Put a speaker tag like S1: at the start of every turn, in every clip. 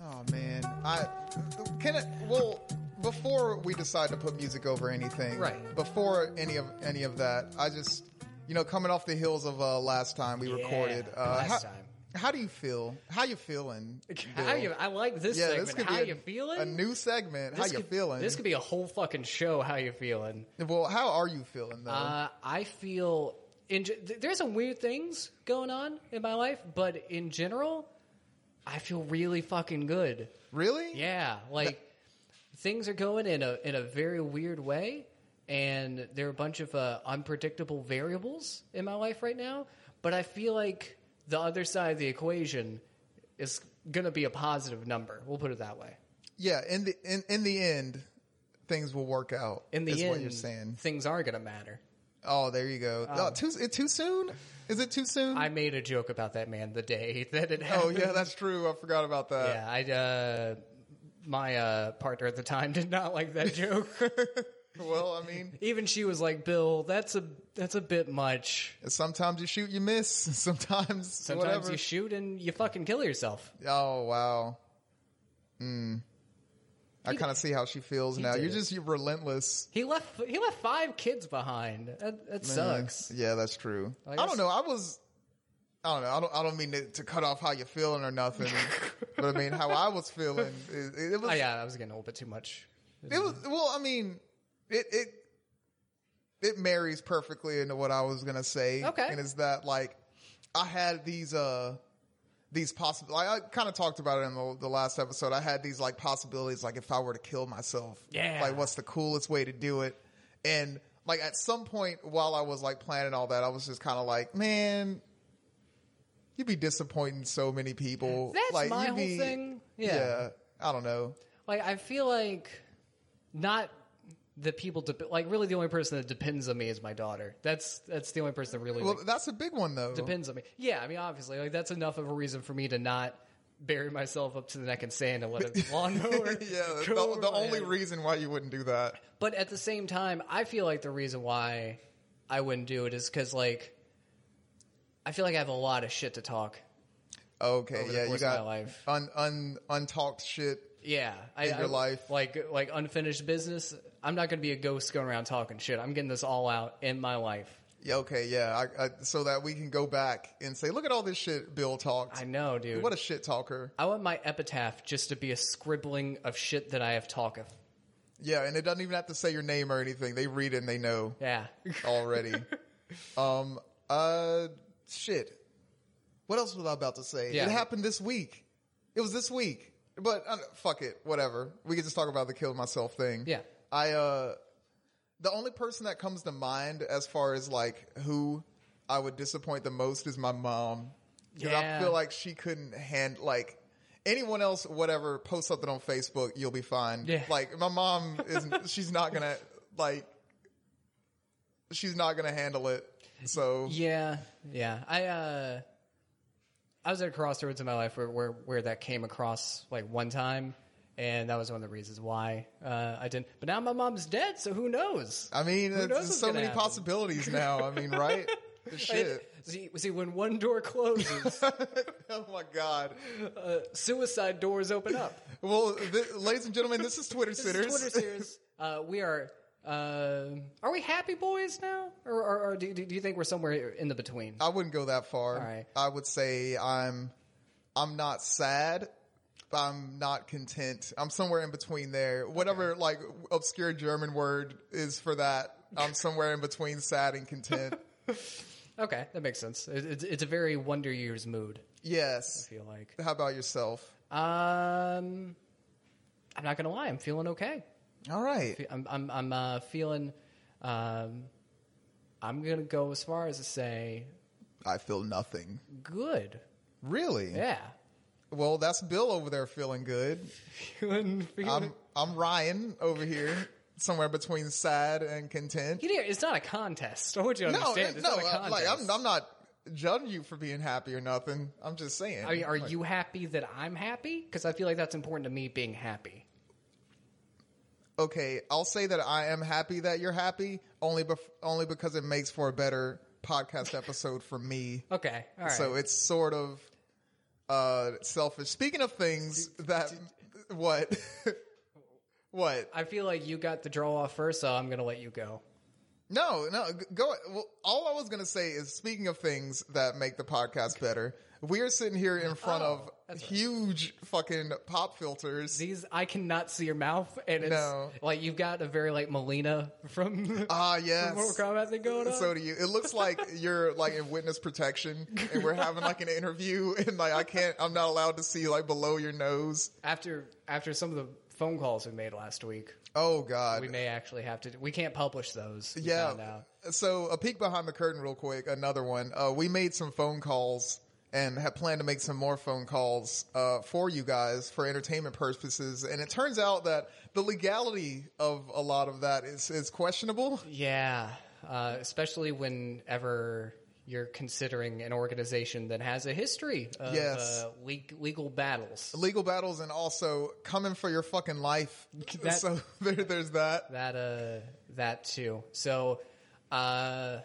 S1: Oh, I can it well before we decide to put music over anything.
S2: Right.
S1: Before any of any of that, I just you know coming off the heels of uh, last time we
S2: Yeah,
S1: recorded. Uh,
S2: last
S1: how,
S2: time.
S1: How do you feel? How you feeling?
S2: How
S1: Bill?
S2: you? I like this
S1: yeah,
S2: segment.
S1: this could
S2: how
S1: be a,
S2: you feeling?
S1: A new segment.
S2: This
S1: how you
S2: could-
S1: feeling?
S2: This could be a whole fucking show. How you feeling?
S1: well, how are you feeling though?
S2: Uh, I feel in, ge- th- there's some weird things going on in my life, but in general, I feel really fucking good.
S1: really?
S2: Yeah, like things are going in a in a very weird way, and there are a bunch of uh, unpredictable variables in my life right now. But I feel like the other side of the equation is going to be a positive number. We'll put it that way.
S1: Yeah. In the in, in the end, things will work out.
S2: In the
S1: is
S2: end, Um,
S1: what you're saying.
S2: things are going to matter.
S1: Oh, there you go. Oh, too it too soon? Is it too soon?
S2: I made a joke about that man the day that it
S1: oh
S2: happened.
S1: yeah, that's true. I forgot about that.
S2: yeah. I uh, my uh, partner at the time did not like that joke.
S1: Well, I mean,
S2: Even she was like, "Bill, that's a that's a bit much."
S1: sometimes you shoot, you miss. Sometimes,
S2: Sometimes
S1: whatever.
S2: you shoot and you fucking kill yourself.
S1: oh wow. Mm. I
S2: He
S1: kind of see how she feels now.
S2: did
S1: You're
S2: it.
S1: just you're relentless.
S2: He left. He left five kids behind. That, that
S1: Man.
S2: sucks.
S1: Yeah, that's true.
S2: Like,
S1: I don't know. I was. I don't know. I don't. I don't mean to, to cut off how you're feeling or nothing, but I mean how I was feeling. It, it was.
S2: Oh yeah, I was getting a little bit too much.
S1: It was well. I mean, it it it marries perfectly into what I was gonna say.
S2: Okay.
S1: and is that like I had these uh these possible. I, I kind of talked about it in the, the last episode. I had these like possibilities, like if I were to kill myself,
S2: Yeah.
S1: like what's the coolest way to do it, and like at some point while I was like planning all that, I was just kind of like, man. You'd be disappointing so many people.
S2: That's
S1: like,
S2: my
S1: you'd
S2: whole
S1: be-
S2: thing. Yeah.
S1: yeah, I don't know.
S2: Like I feel like not the people. De- like really, the only person that depends on me is my daughter. That's that's the only person that really. like,
S1: Well, that's a big one though.
S2: depends on me. Yeah, I mean, obviously, like that's enough of a reason for me to not bury myself up to the neck in sand and let a lawnmower.
S1: yeah, the,
S2: go over
S1: the
S2: my
S1: only
S2: head.
S1: reason why you wouldn't do that.
S2: But at the same time, I feel like the reason why I wouldn't do it is because like I feel like I have a lot of shit to talk.
S1: Okay,
S2: Over the
S1: yeah, you
S2: course of my
S1: got
S2: life.
S1: un un untalked shit.
S2: Yeah, I,
S1: In your
S2: I-
S1: life.
S2: like like unfinished business. I'm not going to be a ghost going around talking shit. I'm getting this all out in my life.
S1: Yeah, okay, yeah, I, I, so that we can go back and say, look at all this shit Bill talked.
S2: I know, dude.
S1: What a shit talker.
S2: I want my epitaph just to be a scribbling of shit that I have talked of.
S1: Yeah, and it doesn't even have to say your name or anything. They read it and they know
S2: Yeah.
S1: already. um, uh, shit. What else was I about to say?
S2: Yeah.
S1: It happened this week. It was this week. But uh, fuck it, whatever. We can just talk about the kill myself thing.
S2: Yeah.
S1: I uh the only person that comes to mind as far as like who I would disappoint the most is my mom. Cuz I
S2: Yeah.
S1: feel like she couldn't hand like anyone else whatever post something on Facebook, you'll be fine.
S2: Yeah.
S1: Like my mom is she's not going to like she's not going to handle it. So
S2: Yeah, yeah. I uh, I was at a crossroads in my life where where, where that came across like one time, and that was one of the reasons why uh, I didn't. But now my mom's dead, so who knows?
S1: I mean,
S2: knows
S1: there's
S2: what's
S1: so
S2: gonna
S1: many
S2: happen?
S1: possibilities now. I mean, right? Shit.
S2: See, see, when one door closes,
S1: Oh my god.
S2: suicide doors open up.
S1: Well, th- ladies and gentlemen, this is Twitter
S2: This
S1: Sitters.
S2: is Twitter series. Uh, we are. Uh, are we happy boys now, or, or, or do, do do you think we're somewhere in the between?
S1: I wouldn't go that far.
S2: right.
S1: I would say I'm I'm not sad. but I'm not content. I'm somewhere in between there. Whatever like obscure German word is for that. I'm somewhere in between sad and content.
S2: Okay, that makes sense. It, it's, it's a very Wonder Years mood. I
S1: yes.
S2: feel like.
S1: How about yourself?
S2: Um, I'm not gonna lie. I'm feeling okay.
S1: All right.
S2: I'm I'm I'm uh, feeling. Um, I'm gonna go as far as to say
S1: I feel nothing.
S2: good.
S1: Really?
S2: Yeah,
S1: Well, that's Bill over there feeling good.
S2: feeling feeling.
S1: I'm I'm Ryan over here, somewhere between sad and content.
S2: You know, it's not a contest. I want you to
S1: No,
S2: understand. It's
S1: no,
S2: not a
S1: I-
S2: contest.
S1: like I'm, I'm not judging you for being happy or nothing. I'm just saying.
S2: I mean, are
S1: Like,
S2: you happy that I'm happy? Because I feel like that's important to me being happy.
S1: okay? I'll say that I am happy that you're happy, only bef- only because it makes for a better podcast episode for me.
S2: Okay, all right.
S1: So it's sort of uh selfish. Speaking of things that What? what?
S2: I feel like you got the draw off first, so I'm gonna let you go.
S1: No, no, g- go. Well, all I was going to say is speaking of things that make the podcast better, we are sitting here in front
S2: Oh,
S1: of
S2: that's right.
S1: huge fucking pop filters.
S2: These I cannot see your mouth, and it's
S1: No.
S2: like you've got a very like Melina from
S1: Ah, yes.
S2: Mortal Kombat thing going on.
S1: So do you. It looks like you're like in witness protection and we're having like an interview and like I can't, I'm not allowed to see like below your nose.
S2: after after some of the phone calls we made last week,
S1: Oh God.
S2: we may actually have to. We can't publish those. we found
S1: yeah.
S2: out.
S1: So a peek behind the curtain real quick. Another one. Uh, we made some phone calls and had planned to make some more phone calls, uh, for you guys for entertainment purposes. And it turns out that the legality of a lot of that is, is questionable.
S2: Yeah, uh, especially whenever you're considering an organization that has a history of
S1: Yes.
S2: uh, leg- legal battles.
S1: Legal battles and also coming for your fucking life.
S2: That-
S1: so there, there's that.
S2: That uh, that too. So, uh,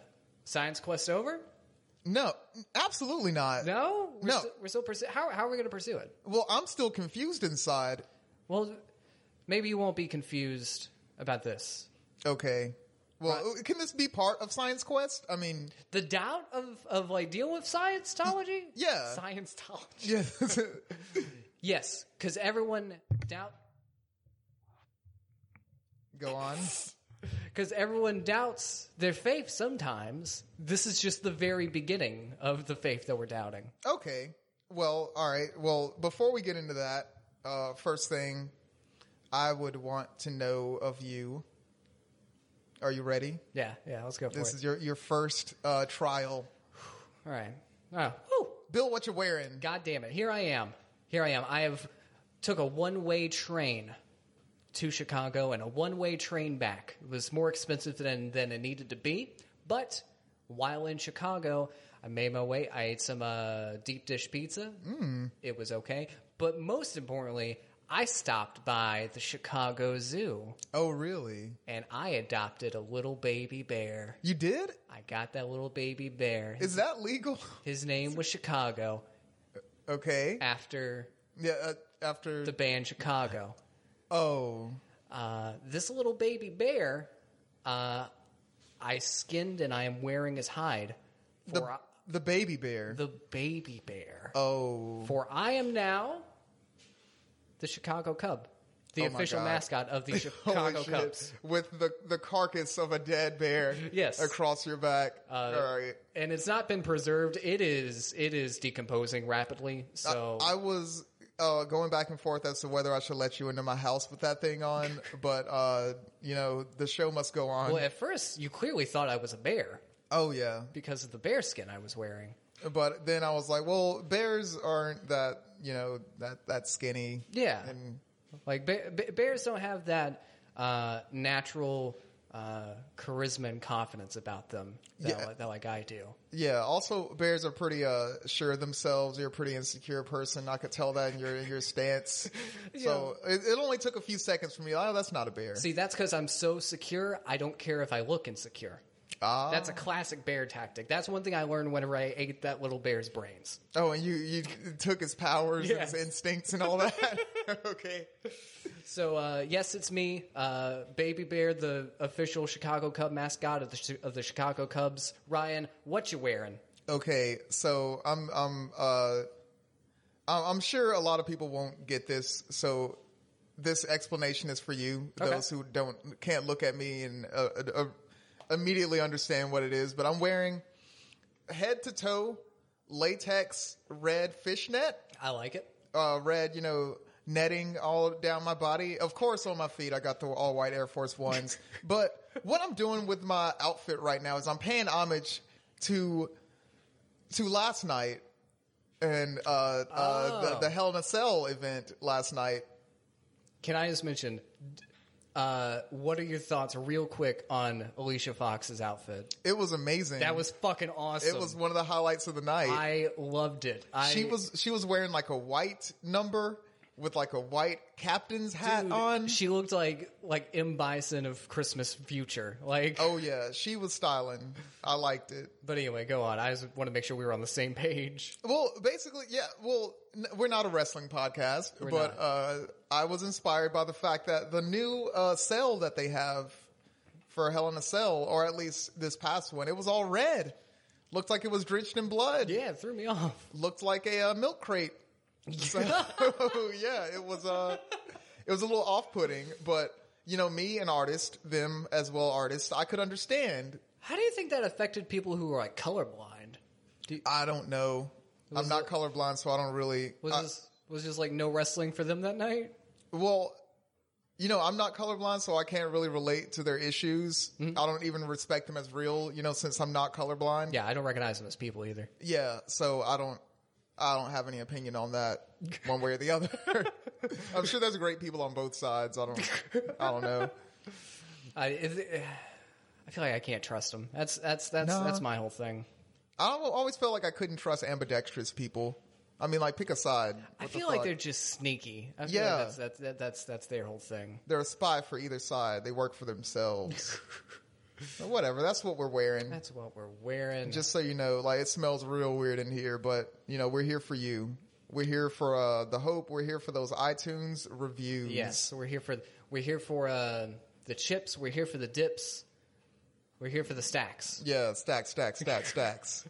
S2: science quest over?
S1: No, absolutely not.
S2: No, we're
S1: No.
S2: Still, we're still pursue. How how are we going to pursue it?
S1: Well, I'm still confused inside.
S2: Well, maybe you won't be confused about this.
S1: Okay. Well, can this be part of Science Quest? I mean,
S2: The doubt of, of like dealing with scientology?
S1: yeah.
S2: Scientology.
S1: yeah.
S2: Yes, because everyone doubt
S1: Go on.
S2: because everyone doubts their faith sometimes. This is just the very beginning of the faith that we're doubting.
S1: Okay. Well, all right. Well, before we get into that, uh, first thing I would want to know of you. Are you ready?
S2: Yeah, yeah, let's go for
S1: This
S2: it.
S1: is your, your first uh, trial.
S2: All right. Oh, whew.
S1: Bill, what you wearing?
S2: God damn it. Here I am. Here I am. I have took a one-way train to Chicago and a one-way train back. It was more expensive than than it needed to be, but while in Chicago, I made my way. I ate some uh, deep dish pizza. Mm. It was okay, but most importantly, I stopped by the Chicago Zoo
S1: Oh, really?
S2: and I adopted a little baby bear.
S1: You did?
S2: I got that little baby bear.
S1: Is that legal?
S2: His name was Chicago
S1: Okay.
S2: after
S1: Yeah. Uh, after.
S2: the band Chicago.
S1: oh.
S2: Uh, this little baby bear, uh, I skinned and I am wearing his hide
S1: The,
S2: for
S1: the baby bear.
S2: the, baby bear.
S1: oh.
S2: For I am now the Chicago Cub, the
S1: Oh my
S2: official
S1: God.
S2: mascot of the
S1: Holy
S2: Chicago
S1: shit.
S2: Cubs.
S1: With the, the carcass of a dead bear
S2: Yes.
S1: across your back.
S2: Uh,
S1: All right.
S2: And it's not been preserved. It is it is decomposing rapidly. So
S1: I was uh, going back and forth as to whether I should let you into my house with that thing on, but uh, you know the show must go on.
S2: well, at first you clearly thought I was a bear
S1: oh yeah,
S2: because of the bear skin I was wearing.
S1: but then I was like, well, bears aren't that you know that that skinny.
S2: Yeah.
S1: and
S2: Like ba- ba- bears don't have that uh, natural uh, charisma and confidence about them that,
S1: Yeah.
S2: li- that like I do.
S1: yeah. Also, bears are pretty uh, sure of themselves. You're a pretty insecure person. I could tell that in your in your stance. So it, it only took a few seconds for me. Oh, that's not a bear.
S2: See, that's because I'm so secure. I don't care if I look insecure.
S1: Ah.
S2: That's a classic bear tactic. That's one thing I learned whenever I ate that little bear's brains.
S1: oh, and you you took his powers and his
S2: Yeah.
S1: instincts and all that. okay.
S2: So uh, yes, it's me, uh, Baby Bear, the official Chicago Cub mascot of the Chi- of the Chicago Cubs. Ryan, what you wearing?
S1: Okay, so I'm I'm uh I'm I'm sure a lot of people won't get this. So this explanation is for you,
S2: Okay.
S1: those who don't can't look at me and uh, uh, immediately understand what it is. But I'm wearing head to toe latex red fishnet,
S2: I like it.
S1: uh, red you know netting all down my body. Of course, on my feet, I got the all white Air Force ones. but what I'm doing with my outfit right now is I'm paying homage to to last night and uh, uh,
S2: Oh.
S1: the, the Hell in a Cell event last night.
S2: Can I just mention? Uh, what are your thoughts, real quick, on Alicia Fox's outfit?
S1: It was amazing.
S2: That was fucking awesome.
S1: it was one of the highlights of the night.
S2: I loved it. I,
S1: she was she was wearing like a white number with like a white captain's hat
S2: Dude,
S1: on.
S2: She looked like like M Bison of Christmas Future. Like,
S1: oh yeah, she was styling. I liked it.
S2: but anyway, go on. I just want to make sure we were on the same page.
S1: Well, basically, yeah. Well, n- we're not a wrestling podcast, but
S2: not.
S1: uh, I was inspired by the fact that the new uh, cell that they have for Hell in a Cell, or at least this past one, it was all red. Looked like it was drenched in blood.
S2: Yeah, it threw me off.
S1: Looked like a uh, milk crate. So, yeah, it was uh, it was a little off-putting, but you know, me an artist, them as well artists, I could understand.
S2: How do you think that affected people who were like colorblind? Do,
S1: I don't know. I'm not colorblind, so I don't really.
S2: was
S1: I-
S2: this was just like no wrestling for them that night?
S1: Well, you know, I'm not colorblind, so I can't really relate to their issues. I don't even respect them as real, you know, since I'm not colorblind.
S2: Mm-hmm. Yeah, I don't recognize them as people either.
S1: Yeah, so I don't, I don't have any opinion on that one way or the other. I'm sure there's great people on both sides. I don't, I don't know.
S2: I is it- I feel like I can't trust them. That's that's that's
S1: No.
S2: that's my whole thing.
S1: I don't- always felt like I couldn't trust ambidextrous people. I mean, like pick a side.
S2: I
S1: What the
S2: feel like
S1: fuck?
S2: they're just sneaky. I feel
S1: Yeah.
S2: like that's, that's that, that's that's their whole thing.
S1: they're a spy for either side. They work for themselves. Whatever. That's what we're wearing.
S2: That's what we're wearing.
S1: just so you know, like it smells real weird in here, but you know, we're here for you. We're here for uh, the hope. We're here for those iTunes reviews.
S2: yes, we're here for we're here for uh, the chips. We're here for the dips. We're here for the stacks.
S1: Yeah, stacks, stacks, stacks, stacks.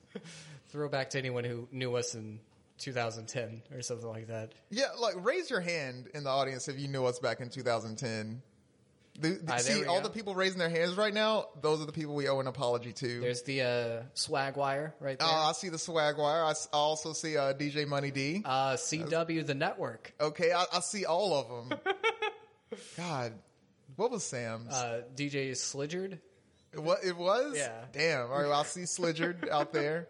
S2: Throwback to anyone who knew us in 2010 or something like that.
S1: Yeah, like raise your hand in the audience if you knew us back in 2010. The, the-
S2: Ah, there
S1: see,
S2: we
S1: all
S2: go.
S1: the people raising their hands right now, those are the people we owe an apology to.
S2: There's the uh, swag wire right there.
S1: uh,
S2: Uh,
S1: I see the swag wire. I, s- I also see uh, DJ Money D.
S2: CW Uh, the network.
S1: okay, I, I see all of them. God, what was Sam's?
S2: Uh, DJ Slidgered.
S1: What it was?
S2: Yeah.
S1: Damn. All right. Well, I see Slidgered out there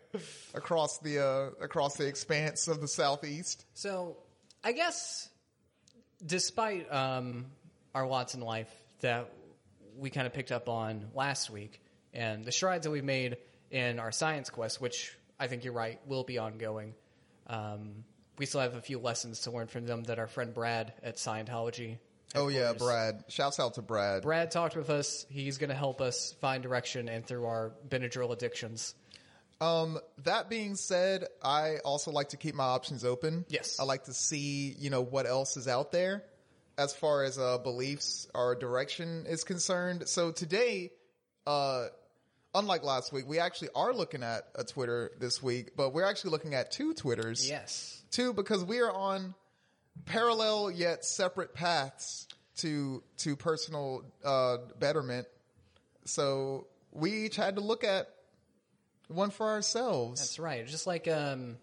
S1: across the uh, across the expanse of the southeast.
S2: So, I guess, despite um, our Watson life that we kind of picked up on last week, and the strides that we've made in our science quest, which I think you're right, will be ongoing. Um, we still have a few lessons to learn from them that our friend Brad at Scientology.
S1: Oh yeah,
S2: headquarters-
S1: Brad. Shouts out to Brad.
S2: Brad talked with us. He's going to help us find direction and through our Benadryl addictions.
S1: Um, that being said, I also like to keep my options open.
S2: Yes.
S1: I like to see you know what else is out there as far as uh, beliefs or direction is concerned. So today, uh, unlike last week, we actually are looking at a Twitter this week, but we're actually looking at two Twitters.
S2: Yes.
S1: Two, because we are on parallel yet separate paths to to personal uh, betterment. So we each had to look at one for ourselves.
S2: That's right. Just like um,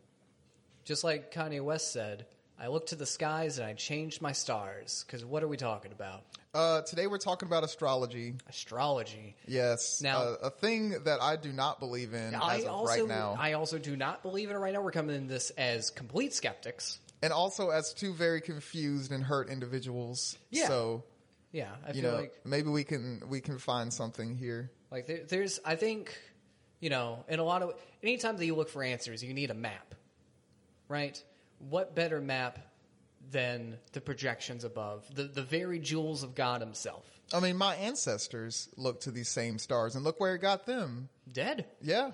S2: just like Kanye West said, I looked to the skies and I changed my stars. Because what are we talking about?
S1: Uh, today we're talking about astrology.
S2: Astrology.
S1: Yes,
S2: Now-
S1: uh, a thing that I do not believe in
S2: I
S1: as of
S2: also,
S1: right now,
S2: I also do not believe in it right now. We're coming in this as complete skeptics.
S1: and also as two very confused and hurt individuals.
S2: Yeah.
S1: So
S2: Yeah, I
S1: you
S2: feel
S1: know,
S2: like
S1: maybe we can we can find something here.
S2: like there, there's. I think you know, in a lot of anytime that you look for answers, you need a map, right? What better map than the projections above, the the very jewels of God Himself?
S1: I mean, my ancestors looked to these same stars, and look where it got them.
S2: Dead.
S1: Yeah.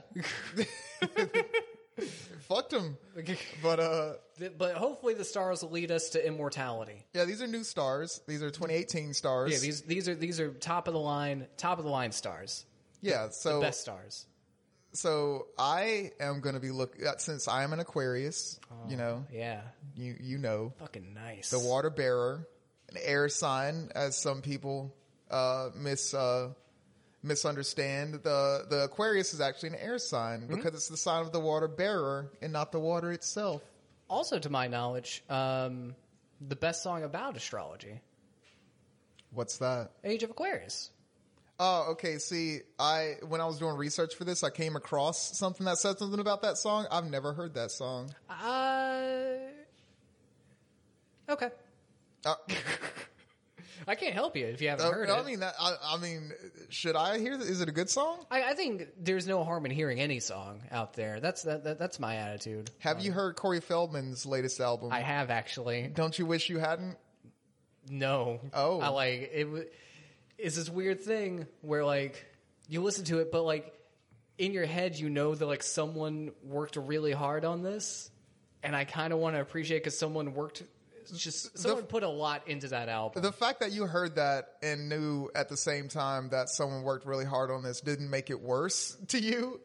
S1: Fucked them. But uh
S2: Th- But hopefully the stars will lead us to immortality.
S1: yeah, these are new stars. These are 2018 stars.
S2: Yeah, these these are these are top of the line, top of the line stars,
S1: Yeah, so
S2: best stars.
S1: so I am going to be look uh, since I am an Aquarius, you know,
S2: Yeah,
S1: you you know,
S2: fucking nice.
S1: the water bearer, an air sign as some people uh mis uh misunderstand. The the Aquarius is actually an air sign
S2: Mm-hmm.
S1: because it's the sign of the water bearer and not the water itself.
S2: also, to my knowledge, um, the best song about astrology,
S1: What's that?
S2: Age of Aquarius.
S1: Oh, okay. See, I when I was doing research for this, I came across something that said something about that song. I've never heard that song.
S2: Uh, okay.
S1: Uh,
S2: I can't help you if you haven't
S1: Uh,
S2: heard
S1: I
S2: it.
S1: mean, that, I, I mean, should I hear? th- Is it a good song?
S2: I, I think there's no harm in hearing any song out there. That's that, that that's my attitude.
S1: Have you heard Corey Feldman's latest album?
S2: I have actually
S1: Don't you wish you hadn't?
S2: no.
S1: Oh.
S2: I like it. w- It's this weird thing where like you listen to it, but like in your head you know that like someone worked really hard on this, and I kind of want to appreciate because someone worked. Just someone put a lot into that album.
S1: The fact that you heard that and knew at the same time that someone worked really hard on this didn't make it worse to you.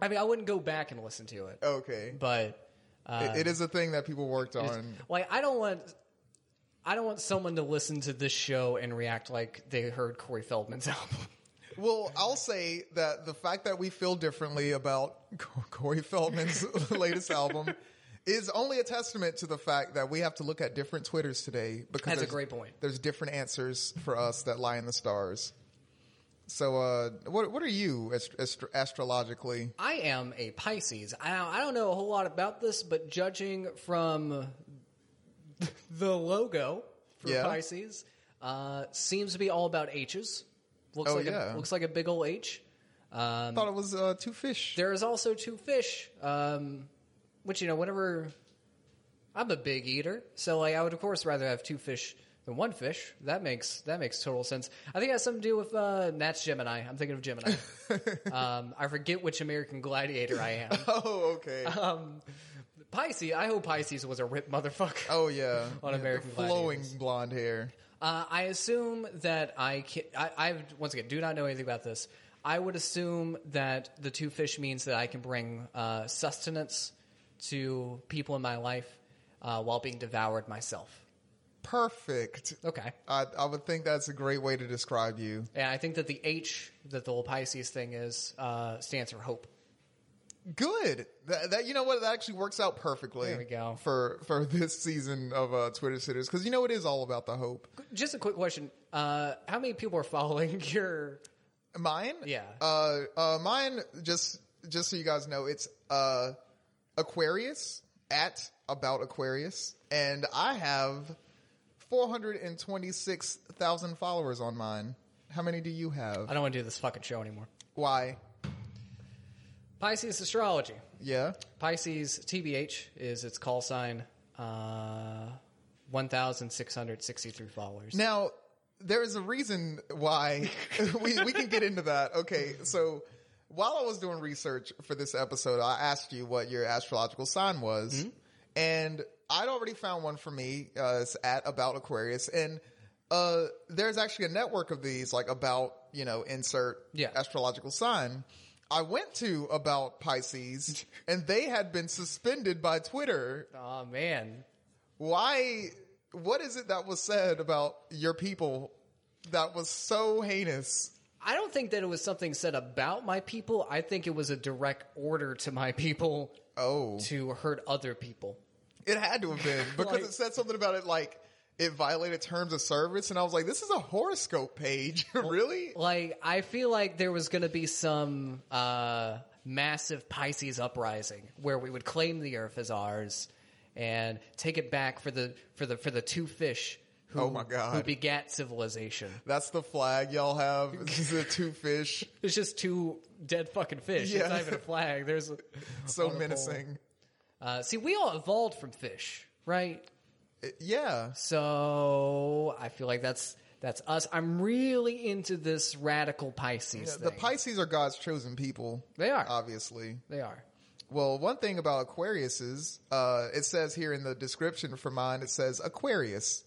S2: I mean, I wouldn't go back and listen to it,
S1: Okay,
S2: but uh,
S1: it is a thing that people worked on.
S2: like I don't want I don't want someone to listen to this show and react like they heard Corey Feldman's album.
S1: Well, I'll say that the fact that we feel differently about Co- Corey Feldman's latest album is only a testament to the fact that we have to look at different Twitters today because
S2: That's a
S1: there's-
S2: great point.
S1: There's different answers for us that lie in the stars. So, uh, what what are you ast- ast- astrologically?
S2: I am a Pisces. I I don't know a whole lot about this, but judging from the logo for
S1: Yeah.
S2: Pisces, uh, seems to be all about H's. Looks
S1: Oh,
S2: like
S1: yeah.
S2: a, looks like a big old H.
S1: I thought it was uh, two fish.
S2: There is also two fish, um, which you know, whenever I'm a big eater, so like I would of course rather have two fish than one fish. That makes that makes total sense. I think it has something to do with uh, Nat's Gemini. I'm thinking of Gemini. um, I forget which American Gladiator I am.
S1: Oh, okay.
S2: Um, Pisces. I hope Pisces was a rip motherfucker.
S1: oh, yeah.
S2: On
S1: Yeah,
S2: American
S1: the flowing
S2: Gladiators.
S1: blonde hair.
S2: Uh, I assume that I can. I, I once again do not know anything about this. I would assume that the two fish means that I can bring uh, sustenance to people in my life uh, while being devoured myself.
S1: Perfect.
S2: Okay,
S1: I, I would think that's a great way to describe you.
S2: and I think that the H that the little Pisces thing is uh, stands for hope.
S1: Good. That, that you know what that actually works out perfectly.
S2: There we go.
S1: for for this season of uh, Twitter sitters because you know it is all about the hope.
S2: Just a quick question: uh, How many people are following your?
S1: Mine,
S2: Yeah.
S1: Uh, uh, mine just just so you guys know, it's uh Aquarius at about Aquarius, and I have four hundred and twenty six thousand followers on mine. How many do you have?
S2: I don't want to do this fucking show anymore.
S1: Why?
S2: Pisces astrology.
S1: Yeah.
S2: Pisces TBH is its call sign. Uh, 1,663 followers.
S1: Now, there is a reason why we, we can get into that. Okay, so while I was doing research for this episode, I asked you what your astrological sign was, and I'd already found one for me. Uh, it's at about Aquarius, and uh, there's actually a network of these, like about you know insert
S2: Yeah.
S1: astrological sign. I went to about Pisces, and they had been suspended by Twitter
S2: Oh man,
S1: why what is it that was said about your people that was so heinous
S2: I don't think that it was something said about my people. I think it was a direct order to my people
S1: oh
S2: to hurt other people.
S1: it had to have been because
S2: Like-
S1: it said something about it like it violated terms of service and i was like this is a horoscope page really
S2: Like I feel like there was going to be some uh, massive Pisces uprising where we would claim the Earth as ours and take it back for the for the for the two fish who
S1: Oh, my God.
S2: who begat civilization.
S1: that's the flag y'all have It's the two fish
S2: It's just two dead fucking fish.
S1: Yeah.
S2: It's not even a flag. There's a-
S1: so
S2: on the
S1: menacing
S2: pole. Uh, see, we all evolved from fish, right?
S1: Uh, yeah
S2: So I feel like that's that's us. I'm really into this radical Pisces
S1: the
S2: thing.
S1: pisces are god's chosen people
S2: They are.
S1: obviously
S2: they are.
S1: Well, one thing about Aquarius is, uh, it says here in the description for mine, it says Aquarius,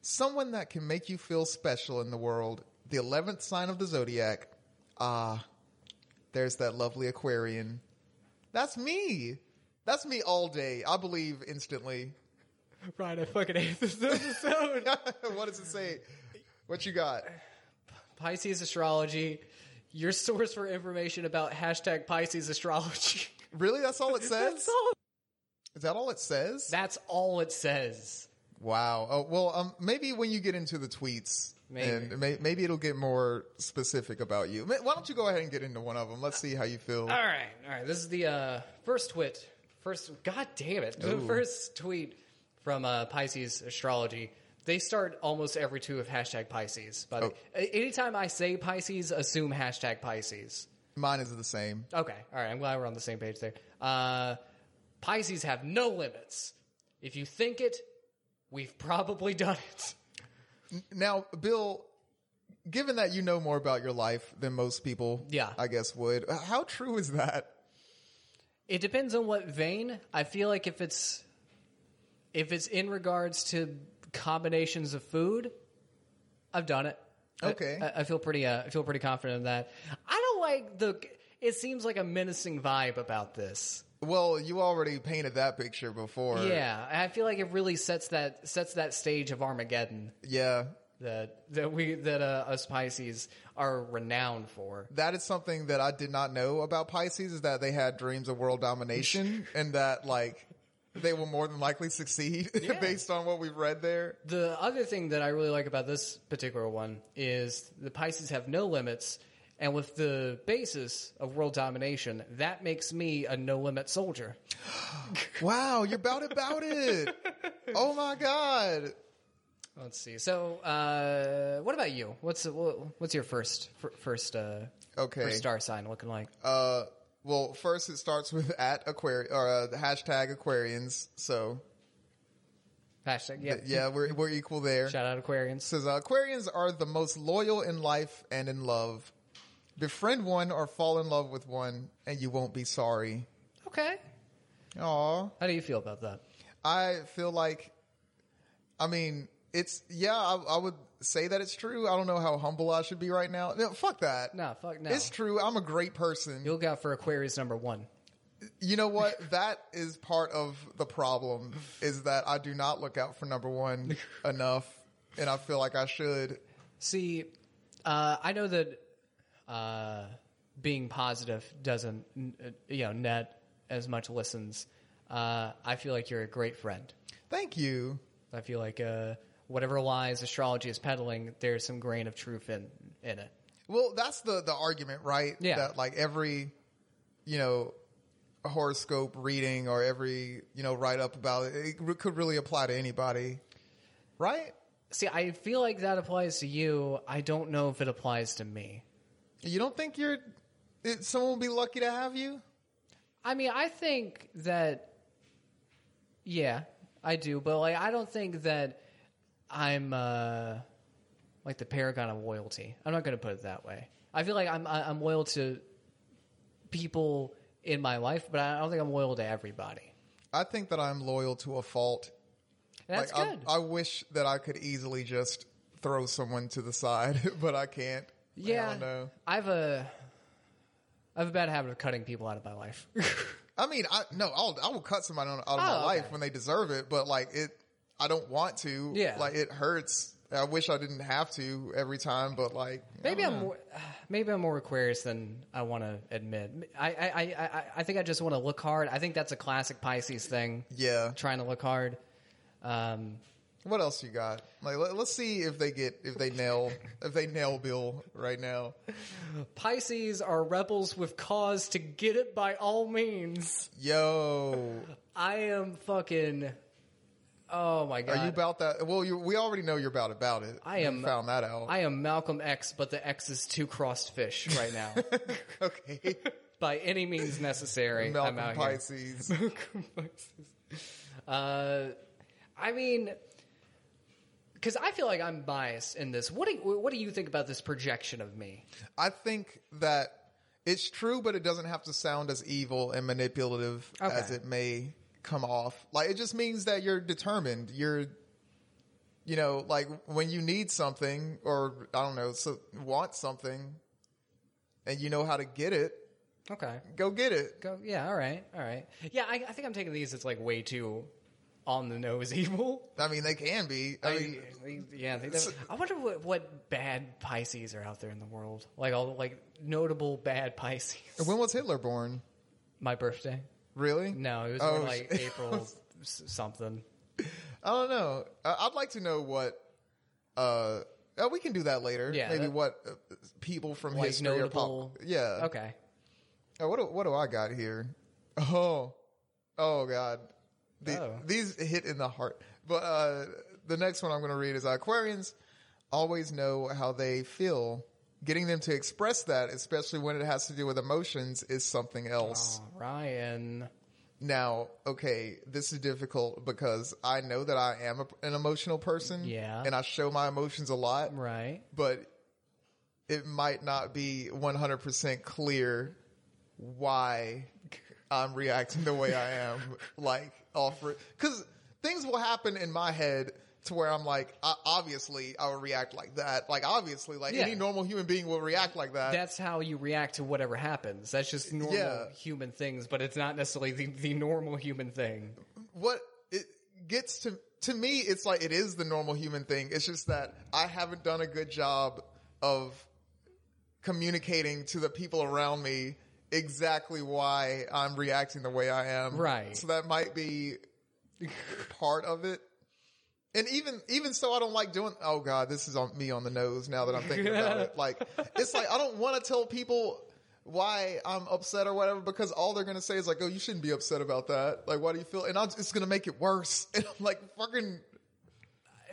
S1: someone that can make you feel special in the world, the 11th sign of the zodiac. Ah, there's that lovely Aquarian. That's me. That's me all day. I believe instantly.
S2: Right, I fucking hate this episode.
S1: what does it say? What you got?
S2: Pisces astrology, your source for information about hashtag Pisces astrology.
S1: Really? That's all it says?
S2: That's all.
S1: Is that all it says?
S2: That's all it says.
S1: Wow. Oh, well, um, maybe when you get into the tweets,
S2: Maybe.
S1: and may, maybe it'll get more specific about you. Ma- Why don't you go ahead and get into one of them? Let's see how you feel.
S2: All right, all right. This is the uh, first twit. First, god damn it, the
S1: Ooh.
S2: first tweet from uh, Pisces astrology They start almost every two of hashtag Pisces. By the
S1: Oh.
S2: a- anytime I say Pisces, assume hashtag Pisces.
S1: Mine is the same.
S2: Okay, all right. I'm glad we're on the same page there. Uh, Pisces have no limits. If you think it, we've probably done it.
S1: Now, Bill, given that you know more about your life than most people,
S2: Yeah.
S1: I guess would, uh, how true is that?
S2: It depends on what vein. I feel like if it's if it's in regards to combinations of food, I've done it. I-
S1: Okay.
S2: I, I feel pretty. Uh, I feel pretty confident in that. I don't like the. It seems like a menacing vibe about this.
S1: Well, you already painted that picture before.
S2: Yeah, and I feel like it really sets that sets that stage of Armageddon
S1: Yeah.
S2: that that we that uh, us Pisces are renowned for.
S1: That is something that I did not know about Pisces is that they had dreams of world domination and that like they will more than likely succeed based on what we've read there.
S2: The other thing that I really like about this particular one is the Pisces have no limits, and with the basis of world domination, that makes me a no limit soldier.
S1: Wow, you're about about it. Oh my god.
S2: Let's see. So, uh, what about you? What's what's your first fir- first uh,
S1: Okay.
S2: first star sign looking like?
S1: Uh, well, first it starts with at Aquari or uh, hashtag Aquarians. So
S2: Hashtag yeah
S1: yeah, we're we're equal there.
S2: Shout out Aquarians.
S1: says uh, Aquarians are the most loyal in life and in love. Befriend one or fall in love with one, and you won't be sorry.
S2: Okay.
S1: Aw,
S2: How do you feel about that?
S1: I feel like, I mean, it's yeah. I, I would say that it's true. I don't know how humble I should be right now. No, fuck that.
S2: No, fuck no.
S1: It's true. I'm a great person.
S2: You'll go for Aquarius number one.
S1: You know what? That is part of the problem is that I do not look out for number one enough, and I feel like I should.
S2: See, uh, I know that uh, being positive doesn't, n- uh, you know, net as much listens. Uh, I feel like you're a great friend.
S1: Thank you.
S2: I feel like uh, whatever lies astrology is peddling, there's some grain of truth in in it.
S1: Well, that's the the argument, right?
S2: Yeah.
S1: That like every, you know, horoscope reading or every you know write up about it, it re- could really apply to anybody, right?
S2: See, I feel like that applies to you. I don't know if it applies to me.
S1: You don't think you're it, someone will be lucky to have you?
S2: I mean, I think that, yeah, I do, but like, I don't think that I'm uh, like the paragon of loyalty. I'm not going to put it that way. I feel like I'm I- I'm loyal to people in my life, but I don't think I'm loyal to everybody.
S1: I think that I'm loyal to a fault.
S2: And That's
S1: like,
S2: good.
S1: I, I wish that I could easily just throw someone to the side, but I can't. I
S2: yeah,
S1: don't know.
S2: I have a I have a bad habit of cutting people out of my life.
S1: I mean, I no, I'll I will cut somebody out of
S2: Oh,
S1: my
S2: okay.
S1: life when they deserve it, but like it, I don't want to.
S2: Yeah.
S1: like it hurts. I wish I didn't have to every time, but like I
S2: Maybe
S1: don't
S2: I'm
S1: know.
S2: more, maybe I'm more Aquarius than I want to admit. I I, I, I I think I just want to look hard. I think that's a classic Pisces thing,
S1: Yeah.
S2: trying to look hard. Um,
S1: What else you got? Like, let, let's see if they get if they nail if they nail Bill right now.
S2: Pisces are rebels with cause to get it by all means.
S1: Yo,
S2: I am fucking. Oh my god!
S1: are you about that? Well, you, we already know you're about about it.
S2: I
S1: We
S2: am-
S1: found that out.
S2: I am Malcolm X, but the X is two crossed fish right now.
S1: okay,
S2: by any means necessary,
S1: Malcolm
S2: I'm out here.
S1: Pisces.
S2: Uh, I mean, because I feel like I'm biased in this. What do you, what do you think about this projection of me?
S1: I think that it's true, but it doesn't have to sound as evil and manipulative
S2: Okay.
S1: as it may come off. Like it just means that you're determined. You're, you know, like when you need something or I don't know, so want something, and you know how to get it,
S2: Okay,
S1: go get it.
S2: go. Yeah, all right, all right. Yeah, I, I think I'm taking these as like way too on the nose evil.
S1: I mean, they can be. I mean,
S2: yeah, they don't- I wonder what, what bad Pisces are out there in the world. Like all like notable bad Pisces.
S1: when was Hitler born?
S2: My birthday?
S1: Really?
S2: No, it was
S1: Oh,
S2: more like
S1: shit.
S2: April s- something.
S1: I don't know. I- I'd like to know what. Uh, uh, we can do that later.
S2: Yeah,
S1: Maybe
S2: that-
S1: what uh, people from
S2: Like
S1: history or
S2: notable-
S1: pop. Yeah.
S2: Okay.
S1: Oh, what do, what do I got here? Oh, oh God, The-
S2: Oh.
S1: these hit in the heart. But uh, the next one I'm going to read is uh, Aquarians always know how they feel. Getting them to express that, especially when it has to do with emotions, is something else.
S2: Oh, Ryan.
S1: Now, okay, this is difficult because I know that I am a, an emotional person.
S2: Yeah.
S1: And I show my emotions a lot,
S2: Right.
S1: but it might not be 100% clear why I'm reacting the way I am. like, offer, because things will happen in my head to where I'm like, I, obviously, I will react like that. Like, obviously, like
S2: Yeah.
S1: any normal human being will react like that.
S2: That's how you react to whatever happens. That's just normal
S1: Yeah.
S2: human things, but it's not necessarily the, the normal human thing.
S1: what it gets to to me it's like it is the normal human thing it's just that i haven't done a good job of communicating to the people around me exactly why i'm reacting the way i am
S2: Right.
S1: so that might be part of it and even even so i don't like doing oh god this is on me on the nose now that i'm thinking about it like it's like i don't want to tell people why i'm upset or whatever because all they're gonna say is like oh you shouldn't be upset about that like why do you feel and I'm, it's gonna make it worse and i'm like fucking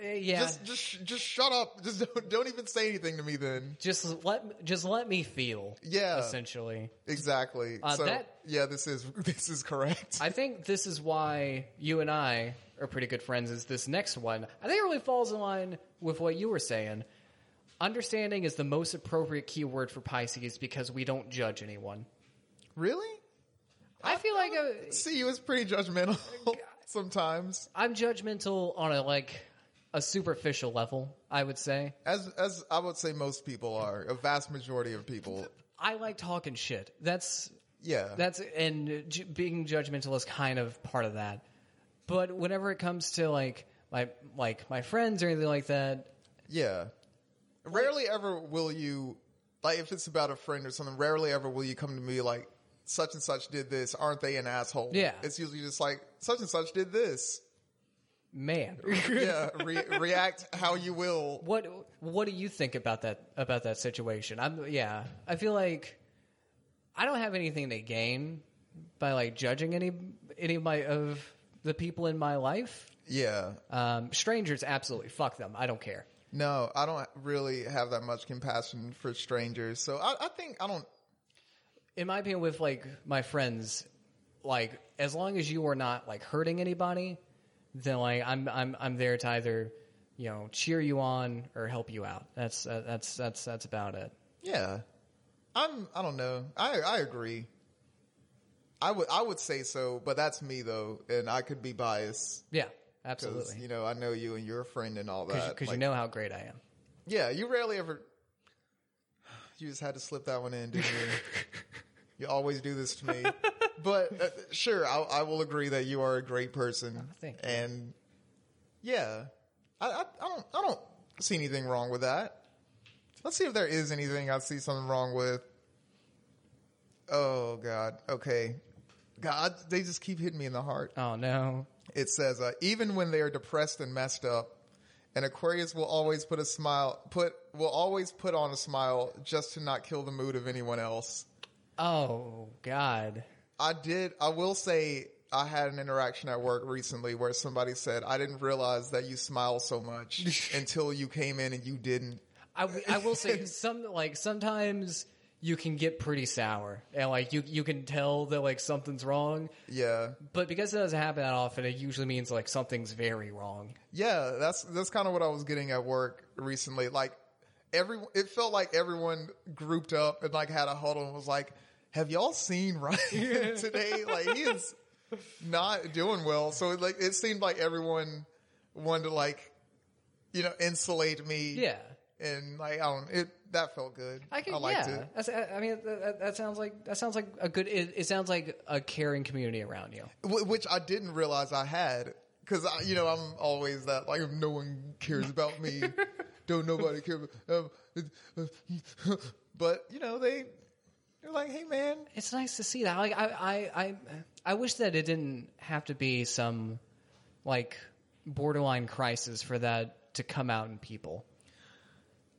S2: Uh, yeah.
S1: just just just shut up just don't, don't even say anything to me then
S2: just let just let me feel.
S1: Yeah.
S2: essentially.
S1: exactly
S2: Uh,
S1: so
S2: that-
S1: yeah this is this is correct
S2: I think this is why you and I are pretty good friends. Is this next one? I think it really falls in line with what you were saying. Understanding is the most appropriate keyword for Pisces because we don't judge anyone.
S1: really
S2: I feel like uh, a,
S1: see you is pretty judgmental
S2: Oh
S1: sometimes
S2: I'm judgmental on a like a superficial level. I would say
S1: as as i would say most people are a vast majority of people
S2: I like talking shit. That's
S1: yeah
S2: That's and ju- being judgmental is kind of part of that. But whenever it comes to like my like my friends or anything like that,
S1: Yeah. Rarely ever will you, like, if it's about a friend or something, rarely ever will you come to me like, such and such did this. Aren't they an asshole?
S2: Yeah.
S1: It's usually just like, such and such did this.
S2: man,
S1: Yeah. Re- react how you will.
S2: what what do you think about that about that situation? I'm yeah, I feel like I don't have anything to gain by like judging any any of my of the people in my life.
S1: Yeah.
S2: Um, strangers, absolutely, fuck them. I don't care.
S1: No, I don't really have that much compassion for strangers. So I, I think I don't,
S2: in my opinion, with like my friends, like as long as you are not like hurting anybody, then like I'm I'm I'm there to either you know cheer you on or help you out. That's uh, that's that's that's about it.
S1: yeah. I'm, I don't know. I, I agree. I would, I would say so, but that's me though. And I could be biased
S2: Yeah,
S1: because,
S2: absolutely.
S1: you know, I know you and you're a friend and all that.
S2: Because you
S1: uh, Like,
S2: know how great I am.
S1: Yeah, you rarely ever. You just had to slip that one in, didn't you? you always do this to me. But uh, sure, I, I will agree that you are a great person.
S2: Oh, thank you.
S1: And yeah, I, I, I don't I don't see anything wrong with that. Let's see if there is anything I see something wrong with. Oh God. Okay. God, they just keep hitting me in the heart
S2: Oh no,
S1: it says uh, even when they are depressed and messed up an aquarius will always put a smile put will always put on a smile just to not kill the mood of anyone else
S2: oh god,
S1: i did i will say i had an interaction at work recently where somebody said i didn't realize that you smile so much until you came in and you didn't
S2: I, w- I will say some like sometimes you can get pretty sour and like you you can tell that like something's wrong,
S1: yeah
S2: but because it doesn't happen that often, it usually means like something's very wrong.
S1: Yeah, that's that's kind of what I was getting at work recently. Like every it felt like everyone grouped up and like had a huddle and was like, "Have y'all seen Ryan today? Like he is not doing well." So it, like it seemed like everyone wanted to like you know insulate me.
S2: Yeah.
S1: and like I don't it that felt good.
S2: I can.
S1: liked
S2: yeah.
S1: it.
S2: That's, I I mean, that, that- that sounds like that sounds like a good. It, it sounds like a caring community around you.
S1: Wh- which I didn't realize I had because you know I'm always that like if no one cares about me, don't nobody care. about- Um, but you know they they're like, hey man,
S2: It's nice to see that. Like, I, I, I, I wish that it didn't have to be some like borderline crisis for that to come out in people.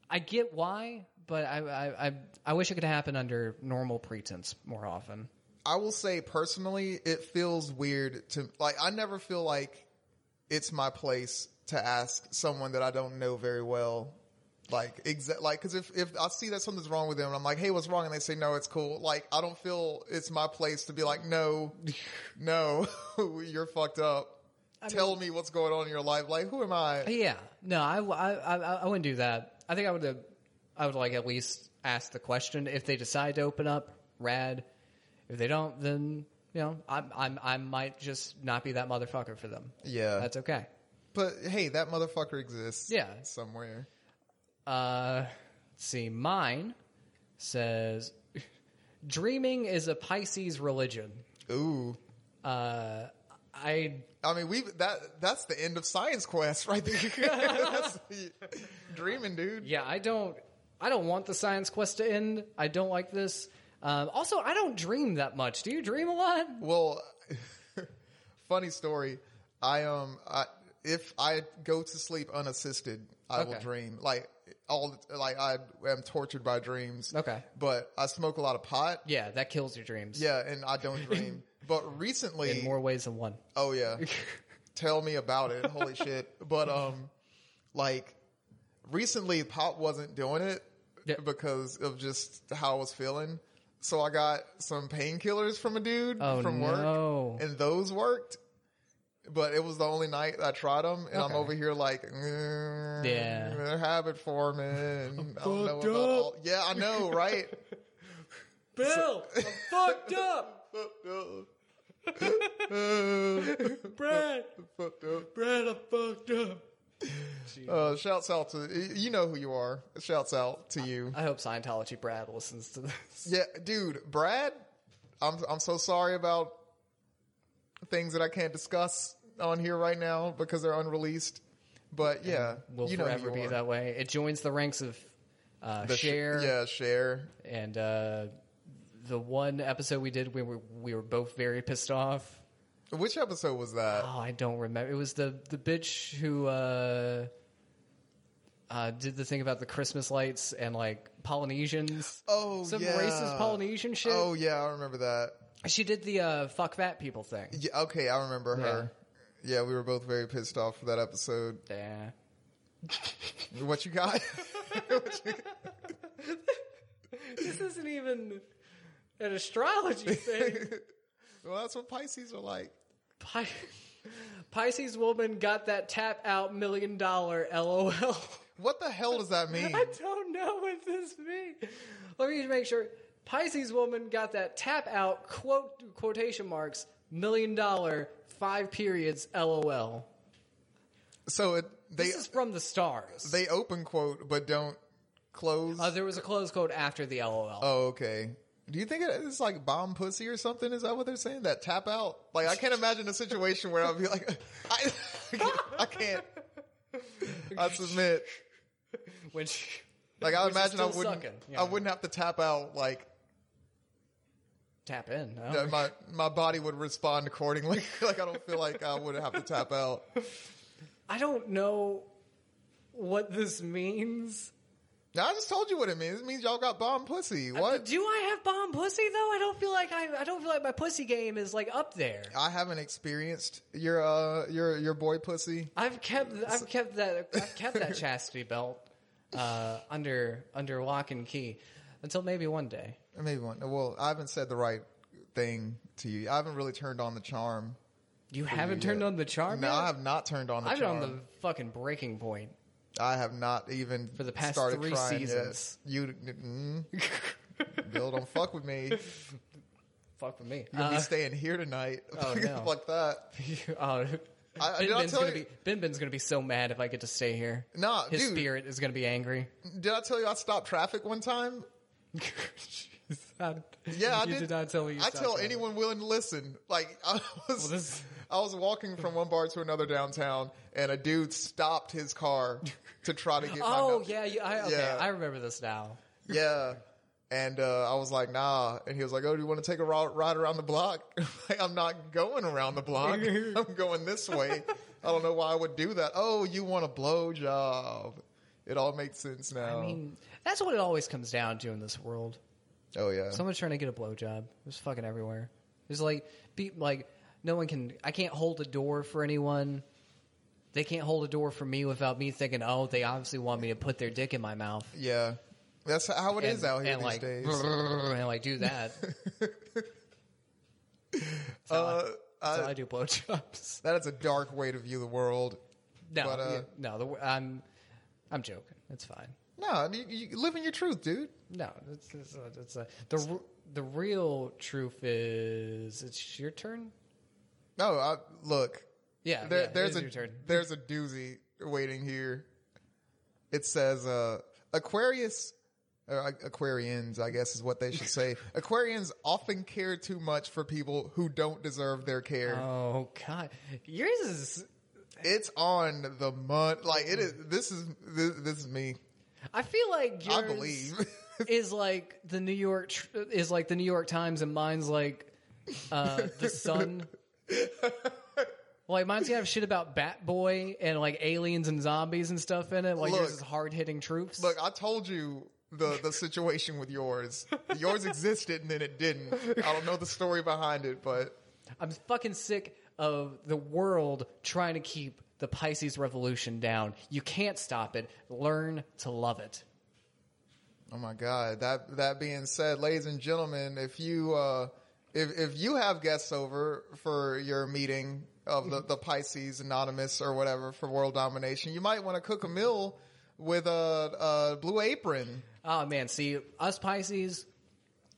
S2: I get why, but I, I, I, I wish it could happen under normal pretense more often.
S1: I will say personally, it feels weird to like I never feel like it's my place to ask someone that I don't know very well. Like, exa- like, cause if, if I see that something's wrong with them and I'm like, Hey, what's wrong? And they say, no, it's cool. Like, I don't feel it's my place to be like, no, no, you're fucked up. Tell me what's going on in your life. Like, who am I?
S2: Yeah, no, I, w- I, I- I wouldn't do that. I think I would uh, I would like at least ask the question if they decide to open up. Rad. If they don't, then you know I'm I'm I might just not be that motherfucker for them.
S1: Yeah.
S2: That's okay.
S1: but hey, that motherfucker exists.
S2: Yeah.
S1: Somewhere.
S2: Uh, let's see, mine says, dreaming is a Pisces religion.
S1: Ooh.
S2: Uh, I
S1: I mean, we've that that's the end of Science Quest right there. that's the, dreaming, dude.
S2: yeah, I don't I don't want the science quest to end. I don't like this. Um, also, I don't dream that much. Do you dream a lot?
S1: Well, funny story. I um, I, if I go to sleep unassisted, I will
S2: Okay.
S1: dream like all the- like I am tortured by dreams.
S2: Okay.
S1: but I smoke a lot of pot.
S2: Yeah, that kills your dreams.
S1: Yeah, and I don't dream. but recently,
S2: in more ways than one.
S1: Oh yeah. Tell me about it. Holy shit. But um like recently Pop wasn't doing it
S2: Yeah.
S1: because of just how I was feeling. So I got some painkillers from a dude
S2: Oh,
S1: from
S2: no.
S1: work and those worked. But it was the only night I tried them, and I'm
S2: Okay.
S1: over here like, mm,
S2: Yeah.
S1: they're habit forming. I don't know about
S2: Fucked up.
S1: all. Yeah, I know, right?
S2: Bill, I'm fucked up. Brad,
S1: Fucked up.
S2: Brad, I'm fucked up.
S1: Uh, shouts out to you know who you are. Shouts out to you.
S2: I hope Scientology Brad listens to this.
S1: Yeah, dude, Brad. I'm I'm so sorry about things that I can't discuss on here right now because they're unreleased. But yeah,
S2: Will
S1: you know who
S2: forever
S1: you
S2: be
S1: are.
S2: that way. It joins the ranks of uh,
S1: The sh-
S2: Cher
S1: yeah, share.
S2: and uh, the one episode we did where we, we were both very pissed off.
S1: Which episode was that?
S2: Oh, I don't remember. It was the the bitch who uh, uh, did the thing about the Christmas lights and like Polynesians.
S1: Oh,
S2: some
S1: yeah.
S2: racist Polynesian shit.
S1: Oh yeah, I remember that.
S2: She did the uh, fuck fat people thing.
S1: Yeah, okay, I remember her. Yeah, we were both very pissed off for that episode.
S2: Yeah.
S1: What you got?
S2: This isn't even an astrology thing.
S1: well, that's what Pisces are like.
S2: Pi- Pisces woman got that tap out million dollar LOL.
S1: What the hell does that mean?
S2: I don't know what this means. Let me make sure. Pisces woman got that tap out quote quotation marks million dollar five periods LOL.
S1: So it, they
S2: This is from the stars.
S1: they open quote but don't close.
S2: Uh, there was a close quote after the LOL.
S1: oh, okay. Do you think it- it's like bomb pussy or something? Is that what they're saying? That tap out? Like I can't imagine a situation where I'd be like, I, I can't. I submit. Oh.
S2: When she,
S1: Like I
S2: Which is
S1: imagine I
S2: still
S1: wouldn't.
S2: sucking, yeah.
S1: I wouldn't have to tap out. Like
S2: tap in. I
S1: that
S2: don't
S1: my my body would respond accordingly. like I don't feel like I would have to tap out.
S2: I don't know what this means.
S1: Now I just told you what it means. It means y'all got bomb pussy. What?
S2: Do I have bomb pussy though? I don't feel like I. I don't feel like my pussy game is like up there.
S1: I haven't experienced your uh your your boy pussy.
S2: I've kept. I've kept that. I've kept that chastity belt uh, under under lock and key until maybe one day.
S1: Maybe one. Well, I haven't said the right thing to you. I haven't really turned on the charm.
S2: You haven't
S1: yeah.
S2: turned on the charm.
S1: No,
S2: yet?
S1: I have not turned on the
S2: I've been
S1: charm.
S2: on the fucking breaking point.
S1: I have not even for
S2: the past
S1: started
S2: three
S1: trying
S2: seasons.
S1: Yet. You, mm, Bill, don't fuck with me.
S2: Fuck with me.
S1: You'll be
S2: Uh,
S1: staying here tonight.
S2: oh, no.
S1: Fuck that.
S2: oh,
S1: I-
S2: ben
S1: did I
S2: Ben's
S1: tell
S2: gonna
S1: you-
S2: be Ben Ben's gonna be so mad if I get to stay here.
S1: Nah,
S2: his
S1: dude.
S2: spirit is gonna be angry.
S1: Did I tell you I stopped traffic one time? Yeah, I
S2: you did. not tell me. You
S1: I
S2: stopped
S1: tell
S2: driving.
S1: anyone willing to listen. Like I was,
S2: Well, this-
S1: I was walking from one bar to another downtown, and a dude stopped his car to try to get. my
S2: Oh
S1: number.
S2: yeah, you, I, okay,
S1: Yeah.
S2: I remember this now.
S1: Yeah. And uh, I was like, nah. And he was like, oh, do you want to take a ro- ride around the block? like, I'm not going around the block. I'm going this way. I don't know why I would do that. Oh, you want a blowjob. It all makes sense now.
S2: I mean, that's what it always comes down to in this world.
S1: oh, yeah.
S2: Someone's trying to get a blowjob. It's fucking everywhere. It's like, be, like no one can. I can't hold a door for anyone. They can't hold a door for me without me thinking, oh, they obviously want me to put their dick in my mouth.
S1: Yeah. That's how it is out here
S2: and
S1: these
S2: like,
S1: days.
S2: and like do that.
S1: Uh,
S2: so
S1: uh,
S2: I do blowjobs.
S1: that is a dark way to view the world.
S2: No,
S1: but, uh,
S2: yeah, no, the, wor- I'm, I'm joking. It's fine.
S1: No, you, you living your truth, dude.
S2: No, it's, it's, it's, uh, the r- the real truth is it's your turn.
S1: No, I, look.
S2: Yeah,
S1: There,
S2: yeah, it
S1: there's
S2: is
S1: a
S2: your turn.
S1: there's a doozy waiting here. It says uh, Aquarius, or uh, Aquarians, I guess is what they should say. Aquarians often care too much for people who don't deserve their care.
S2: Oh God, yours is.
S1: it's on the month. Like it is. This is this, this is me.
S2: I feel like yours
S1: I believe.
S2: is like the New York tr- is like the New York Times, and mine's like uh, the Sun. Like mine's gonna have shit about Bat Boy and like aliens and zombies and stuff in it. Like
S1: Look.
S2: yours is hard hitting troops.
S1: Look, I told you the the situation with yours. Yours existed and then it didn't. I don't know the story behind it, but
S2: I'm fucking sick of the world trying to keep the Pisces revolution down. You can't stop it. Learn to love it.
S1: oh my god. That that being said, ladies and gentlemen, if you uh if if you have guests over for your meeting of the, the Pisces Anonymous or whatever for world domination, you might want to cook a meal with a, a blue apron.
S2: Oh man, see us Pisces,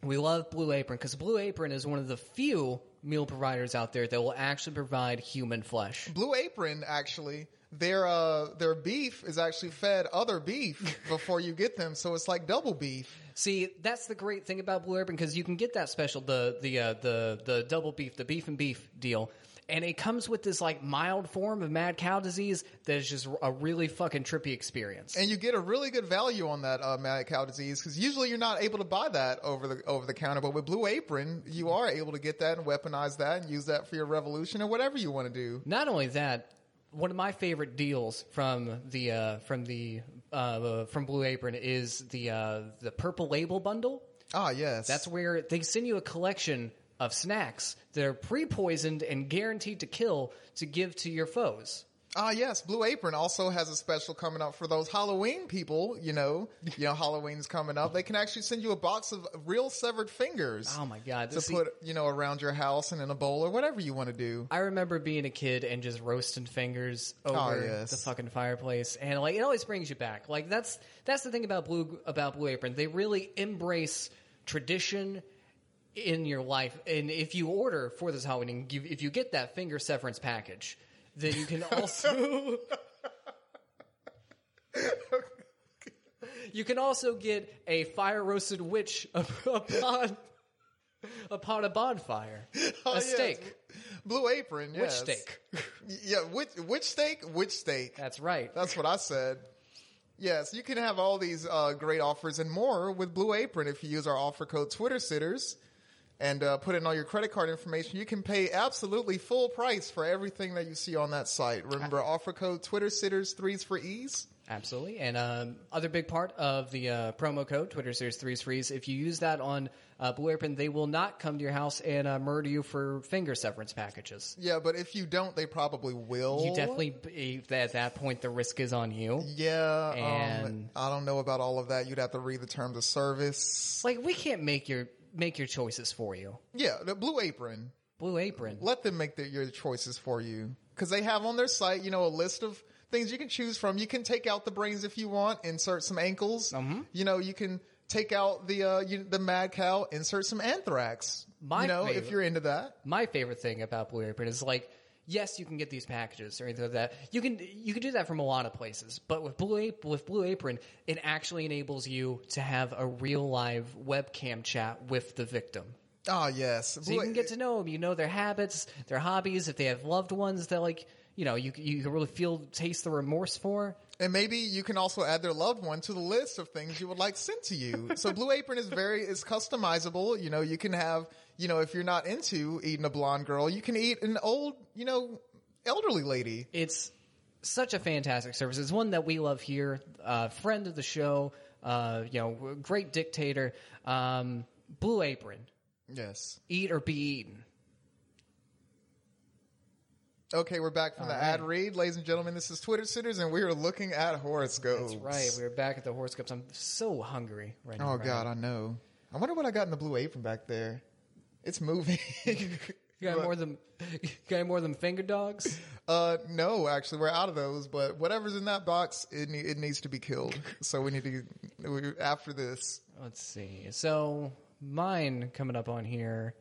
S2: we love Blue Apron because Blue Apron is one of the few meal providers out there that will actually provide human flesh.
S1: Blue Apron actually their uh their beef is actually fed other beef before you get them, so it's like double beef.
S2: See, that's the great thing about Blue Apron because you can get that special the the uh, the the double beef, the beef and beef deal, and it comes with this like mild form of mad cow disease that is just a really fucking trippy experience.
S1: and you get a really good value on that uh, mad cow disease because usually you're not able to buy that over the over the counter. But with Blue Apron, you are able to get that and weaponize that and use that for your revolution or whatever you want to do.
S2: Not only that, one of my favorite deals from the uh, from the uh, uh, from Blue Apron is the uh, the purple label bundle.
S1: Ah, yes,
S2: That's where they send you a collection of snacks that are pre-poisoned and guaranteed to kill to give to your foes.
S1: ah, yes. Blue Apron also has a special coming up for those Halloween people. You know, you know, Halloween's coming up. They can actually send you a box of real severed fingers.
S2: Oh my god!
S1: to
S2: This, see,
S1: put you know around your house and in a bowl or whatever you want to do.
S2: I remember being a kid and just roasting fingers over
S1: Oh, yes.
S2: the fucking fireplace, and like it always brings you back. Like that's that's the thing about blue about Blue Apron. They really embrace tradition in your life, and if you order for this Halloween, and you, if you get that finger severance package, then you can also. You can also get a fire roasted witch upon upon a bonfire,
S1: Oh,
S2: a
S1: yes.
S2: steak,
S1: Blue Apron,
S2: witch
S1: yes.
S2: steak.
S1: Yeah, which which steak? Which steak?
S2: That's right.
S1: That's what I said. Yes, you can have all these uh, great offers and more with Blue Apron if you use our offer code TwitterSitters and uh, put in all your credit card information. You can pay absolutely full price for everything that you see on that site. Remember,
S2: Ah.
S1: offer code TwitterSitters, threes for ease.
S2: Absolutely. And um, other big part of the uh, promo code, Twitter Series 3 is Freeze, if you use that on uh, Blue Apron, they will not come to your house and uh, murder you for finger severance packages.
S1: Yeah, but if you don't, they probably will.
S2: You definitely, at that point, the risk is on you.
S1: Yeah, um,
S2: And-
S1: I don't know about all of that. You'd have to read the terms of service.
S2: Like, we can't make your make your choices for you.
S1: Yeah, the Blue Apron.
S2: Blue Apron.
S1: let them make their, your choices for you because they have on their site you know a list of things you can choose from you can take out the brains if you want insert some ankles
S2: Mm-hmm.
S1: you know you can take out the uh you, the mad cow insert some anthrax
S2: My
S1: you know if
S2: favorite-
S1: you're into that
S2: my favorite thing about Blue Apron is like, yes, you can get these packages or anything like that. You can you can do that from a lot of places, but with Blue Ap- with Blue Apron, it actually enables you to have a real live webcam chat with the victim.
S1: oh yes
S2: So you can get to know them. You know their habits, their hobbies, if they have loved ones that like you know you you can really feel taste the remorse for.
S1: and maybe you can also add their loved one to the list of things you would like sent to you so blue apron is very is customizable you know you can have you know if you're not into eating a blonde girl you can eat an old you know elderly lady
S2: it's such a fantastic service. It's one that we love here. Uh, friend of the show, uh, you know, great dictator. Um, Blue Apron,
S1: yes
S2: eat or be eaten.
S1: Okay, we're back from the
S2: right.
S1: ad read. Ladies and gentlemen, this is Twitter Sitters, and we are looking at horoscopes.
S2: That's right. We were back at the horoscopes. I'm so hungry right now.
S1: Oh,
S2: Ryan.
S1: God, I know. I wonder what I got in the blue apron back there. It's moving.
S2: You got
S1: But-
S2: more than you got more than finger dogs.
S1: Uh, no, actually, we're out of those. But whatever's in that box, it ne- it needs to be killed. So we need to we, after this.
S2: Let's see. So mine coming up on here.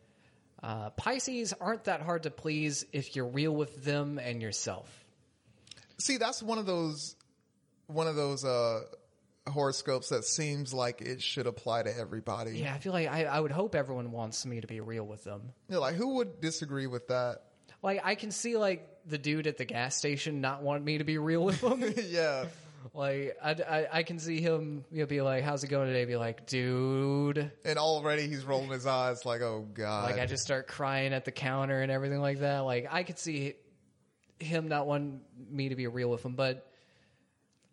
S2: Uh, Pisces aren't that hard to please if you're real with them and yourself.
S1: See, that's one of those one of those uh horoscopes that seems like it should apply to everybody.
S2: Yeah, I feel like I, I would hope everyone wants me to be real with them.
S1: You're like, who would disagree with that?
S2: Like I can see like the dude at the gas station not wanting me to be real with him.
S1: yeah.
S2: like I, I, I can see him you know, be like, "How's it going today?" Be like, "Dude."
S1: And already he's rolling his eyes like, oh god.
S2: Like I just start crying at the counter and everything like that. Like I could see him not wanting me to be real with him, but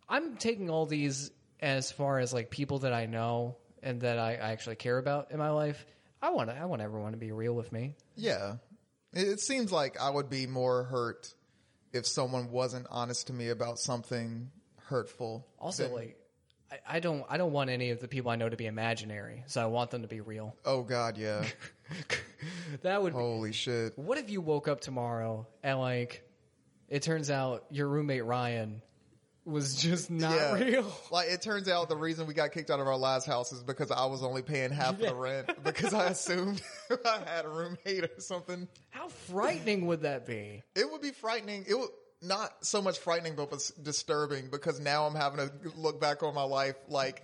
S2: I'm taking all these as far as like people that I know and that I, I actually care about in my life. I want I want everyone to be real with me.
S1: yeah. It, it seems like I would be more hurt if someone wasn't honest to me about something hurtful.
S2: Also,
S1: than-
S2: like I, I don't I don't want any of the people I know to be imaginary, so I want them to be real.
S1: oh god, yeah.
S2: that would be
S1: Holy shit.
S2: What if you woke up tomorrow and like it turns out your roommate Ryan was just not
S1: Yeah.
S2: real?
S1: Like it turns out the reason we got kicked out of our last house is because I was only paying half of the rent because I assumed I had a roommate or something.
S2: How frightening would that be?
S1: It would be frightening. It would not so much frightening, but was disturbing because now I'm having to look back on my life like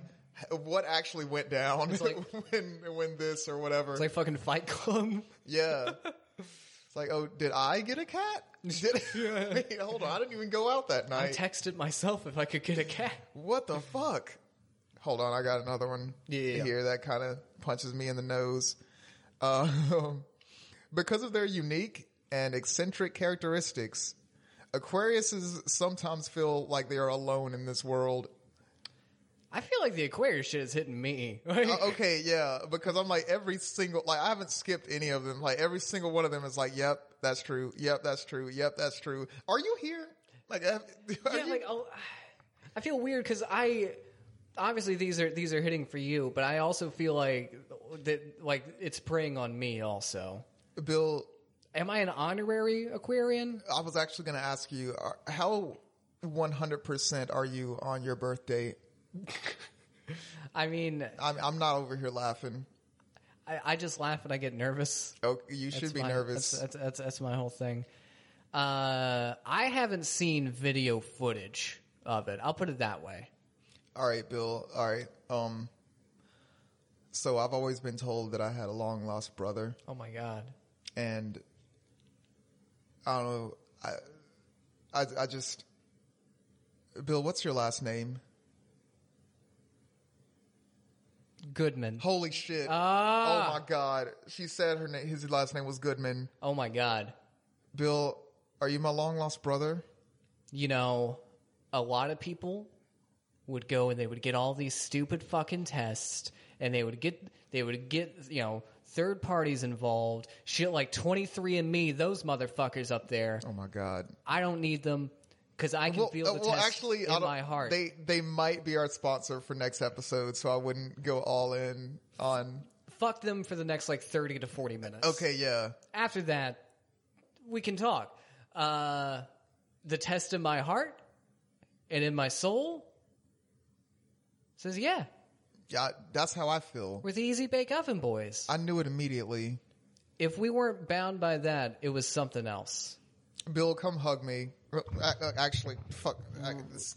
S1: what actually went down
S2: like-
S1: when when this or whatever.
S2: It's like fucking Fight Club.
S1: yeah. It's like, oh, did I get a cat? Did Wait, hold on, I didn't even go out that
S2: I
S1: night.
S2: texted myself if I could get a cat.
S1: What the fuck? Hold on, I got another one
S2: Yeah.
S1: here that kind of punches me in the nose. Um, because of their unique and eccentric characteristics, Aquariuses sometimes feel like they are alone in this world.
S2: I feel like the Aquarius shit is hitting me.
S1: Uh, okay, yeah, because I'm like every single like I haven't skipped any of them. Like every single one of them is like, "Yep, that's true. Yep, that's true. Yep, that's true." Are you here? Like, have, are
S2: yeah,
S1: you-
S2: like I'll, I feel weird because I obviously these are these are hitting for you, but I also feel like that like it's preying on me also.
S1: Bill
S2: Am I an honorary Aquarian?
S1: I was actually going to ask you are- how 100% are you on your birthday?
S2: I mean,
S1: I'm I'm not over here laughing.
S2: I, I just laugh and I get nervous.
S1: Oh, you should be
S2: my-
S1: nervous.
S2: That's, that's, that's, that's my whole thing. Uh, I haven't seen video footage of it. I'll put it that way.
S1: All right, Bill. All right. Um so I've always been told that I had a long lost brother
S2: Oh my god.
S1: and I don't know I I I just Bill, what's your last name?
S2: Goodman.
S1: Holy shit.
S2: Ah.
S1: Oh my god. She said her name his last name was Goodman.
S2: Oh my god.
S1: Bill, are you my long lost brother?
S2: You know, a lot of people would go and they would get all these stupid fucking tests and they would get they would get, you know, third parties involved, shit like 23andme, those motherfuckers up there.
S1: Oh my god.
S2: I don't need them cuz I can feel
S1: uh,
S2: the test
S1: actually, I
S2: in
S1: don't-
S2: my heart.
S1: They they might be our sponsor for next episode, so I wouldn't go all in on.
S2: Fuck them for the next like 30 to 40 minutes.
S1: Okay, yeah,
S2: after that, we can talk. Uh, the test in my heart and in my soul says, yeah,
S1: yeah, that's how I feel.
S2: we're the Easy Bake Oven Boys.
S1: I knew it immediately.
S2: If we weren't bound by that, it was something else.
S1: Bill, come hug me. Uh, uh, Actually, fuck, I, this,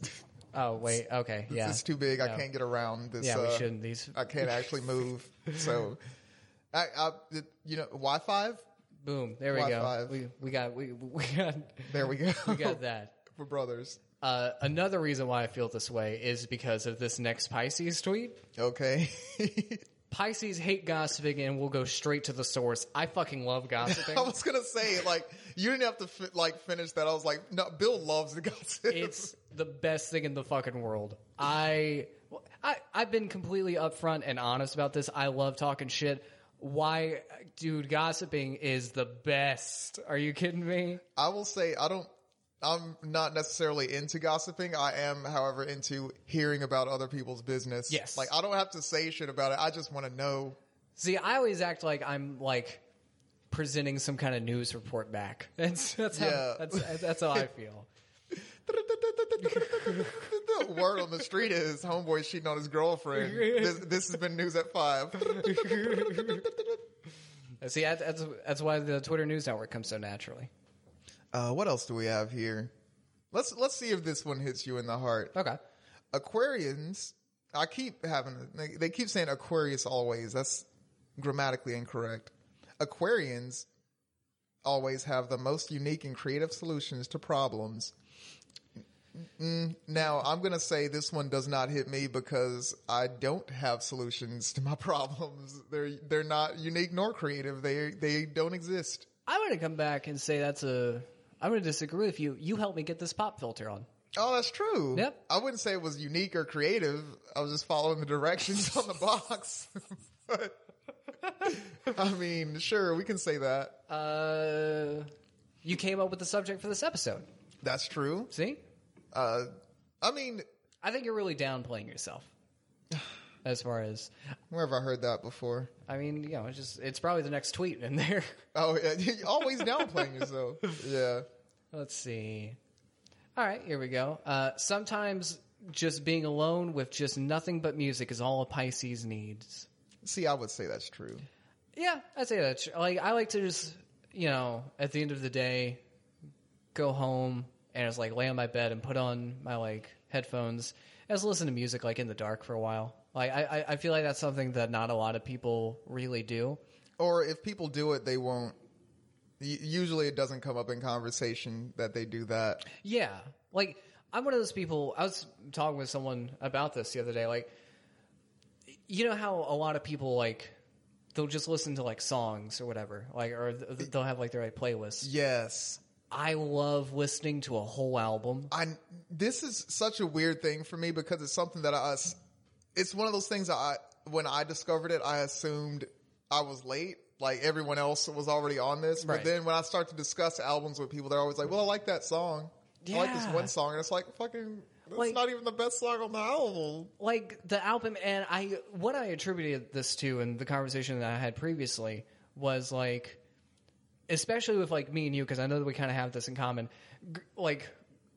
S2: Oh, wait. Okay. Yeah.
S1: this is too big.
S2: No.
S1: I can't get around this.
S2: Yeah, we
S1: uh,
S2: shouldn't. These
S1: I can't actually move. So, I, I it- you know, Wi Fi.
S2: boom. There we
S1: High
S2: go.
S1: five.
S2: We, we got we we got
S1: There we go.
S2: we got that.
S1: We're brothers.
S2: Uh, another reason why I feel this way is because of this next Pisces tweet.
S1: Okay.
S2: Pisces hate gossiping and will go straight to the source. I fucking love gossiping.
S1: I was gonna say like you didn't have to fi- like finish that. I was like, no, Bill loves the gossip.
S2: it's the best thing in the fucking world. I, I I've been completely upfront and honest about this. I love talking shit. why, dude, gossiping is the best. Are you kidding me?
S1: I will say I don't. I'm not necessarily into gossiping. I am, however, into hearing about other people's business.
S2: Yes.
S1: Like I don't have to say shit about it. I just want to know.
S2: See, I always act like I'm like presenting some kind of news report back. That's that's
S1: Yeah.
S2: how that's, that's how I feel.
S1: The word on the street is homeboy cheating on his girlfriend. This, this has been news at five.
S2: See, that- that's that's why the Twitter news network comes so naturally.
S1: Uh, what else do we have here? Let's let's see if this one hits you in the heart.
S2: Okay.
S1: Aquarians, I keep having they, they keep saying Aquarius always. That's grammatically incorrect. Aquarians always have the most unique and creative solutions to problems. Mm, Now, I'm going to say this one does not hit me because I don't have solutions to my problems. They're they're not unique nor creative. They they don't exist.
S2: I'm gonna come back and say that's a. I'm gonna disagree with you. You helped me get this pop filter on.
S1: Oh, that's true.
S2: Yep.
S1: I wouldn't say it was unique or creative. I was just following the directions on the box. but, I mean, sure, we can say that.
S2: Uh, you came up with the subject for this episode.
S1: That's true.
S2: See,
S1: Uh, I mean,
S2: I think you're really downplaying yourself. As far as,
S1: where have I heard that before?
S2: I mean, you know, it's just it's probably the next tweet in there.
S1: Oh, yeah. You're always downplaying yourself. Yeah.
S2: Let's see. All right, here we go. Uh, sometimes just being alone with just nothing but music is all a Pisces needs.
S1: See, I would say that's true.
S2: Yeah, I'd say that. Like, I like to just, you know, at the end of the day, go home and just like lay on my bed and put on my like headphones and just listen to music like in the dark for a while. Like, I, I- I feel like that's something that not a lot of people really do.
S1: Or if people do it, they won't. u- Usually, it doesn't come up in conversation that they do that.
S2: Yeah. Like, I'm one of those people. I was talking with someone about this the other day. Like, you know how a lot of people, like, they'll just listen to, like, songs or whatever. Like, or th- th- they'll have, like, their like, playlists.
S1: Yes.
S2: I love listening to a whole album.
S1: I this is such a weird thing for me because it's something that I it's one of those things that I when I discovered it I assumed I was late like everyone else was already on this but
S2: Right.
S1: then when I start to discuss albums with people they're always like well I like that song I like this
S2: Yeah.
S1: one song and it's like fucking that's
S2: Like-
S1: not even the best song on the album
S2: like the album and i what i attributed this to in the conversation that i had previously was like especially with like me and you because i know that we kind of have this in common gr like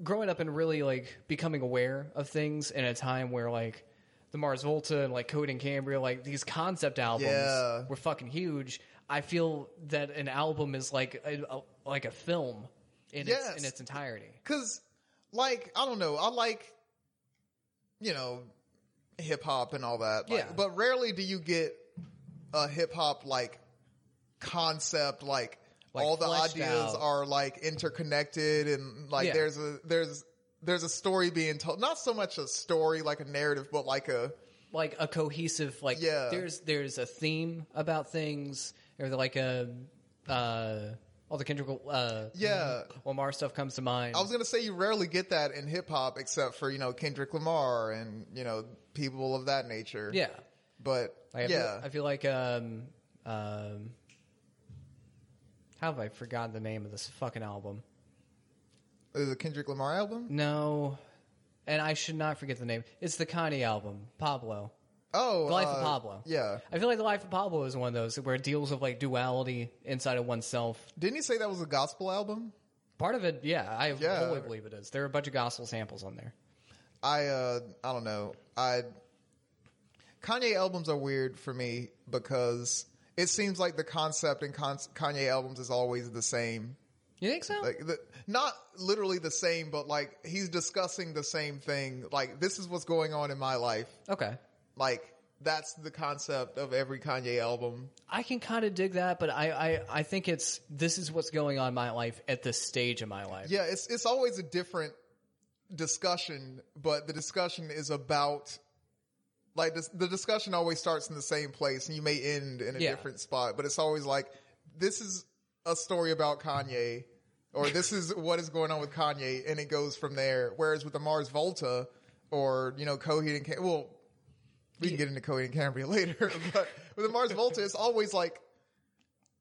S2: growing up and really like becoming aware of things in a time where like the mars volta and like code and cambria like these concept albums
S1: Yeah.
S2: were fucking huge i feel that an album is like a, a- like a film in,
S1: Yes.
S2: its, in its entirety
S1: Cause like, I don't know, I like, you know, hip hop and all that. like-
S2: Yeah.
S1: But rarely do you get a hip hop like concept, like,
S2: Like,
S1: all the
S2: fleshed
S1: ideas
S2: out.
S1: are like interconnected and like
S2: Yeah.
S1: there's a, there's, there's a story being told. Not so much a story, like a narrative, but like a,
S2: like a cohesive like
S1: Yeah.
S2: there's there's a theme about things or like a uh all the Kendrick uh
S1: yeah.
S2: Lamar stuff comes to mind.
S1: I was gonna say you rarely get that in hip hop except for, you know, Kendrick Lamar and, you know, people of that nature.
S2: yeah.
S1: But
S2: Like,
S1: yeah.
S2: I Feel, I feel like um um how have I forgotten the name of this fucking album?
S1: the Kendrick Lamar album?
S2: No. And I should not forget the name. It's the Kanye album, Pablo.
S1: Oh,
S2: The Life
S1: uh,
S2: of Pablo.
S1: Yeah,
S2: I feel like The Life of Pablo is one of those where it deals with like duality inside of oneself.
S1: didn't he say that was a gospel album?
S2: Part of it, yeah, I
S1: Yeah.
S2: fully believe it is. There are a bunch of gospel samples on there.
S1: I uh, I don't know. I Kanye albums are weird for me because it seems like the concept in con- Kanye albums is always the same.
S2: You think so?
S1: Like the, not literally the same, but like he's discussing the same thing. Like this is what's going on in my life.
S2: okay.
S1: Like that's the concept of every Kanye album.
S2: I can kind of dig that, but I, I, I think it's this is what's going on in my life at this stage of my life.
S1: Yeah, it's it's always a different discussion, but the discussion is about like this, the discussion always starts in the same place, and you may end in a
S2: Yeah.
S1: different spot, but it's always like this is a story about Kanye, or this is what is going on with Kanye, and it goes from there. Whereas with the Mars Volta, or you know Coheed and Cam- well, We can get into Cody and Cambria later, but with the Mars Volta, it's always like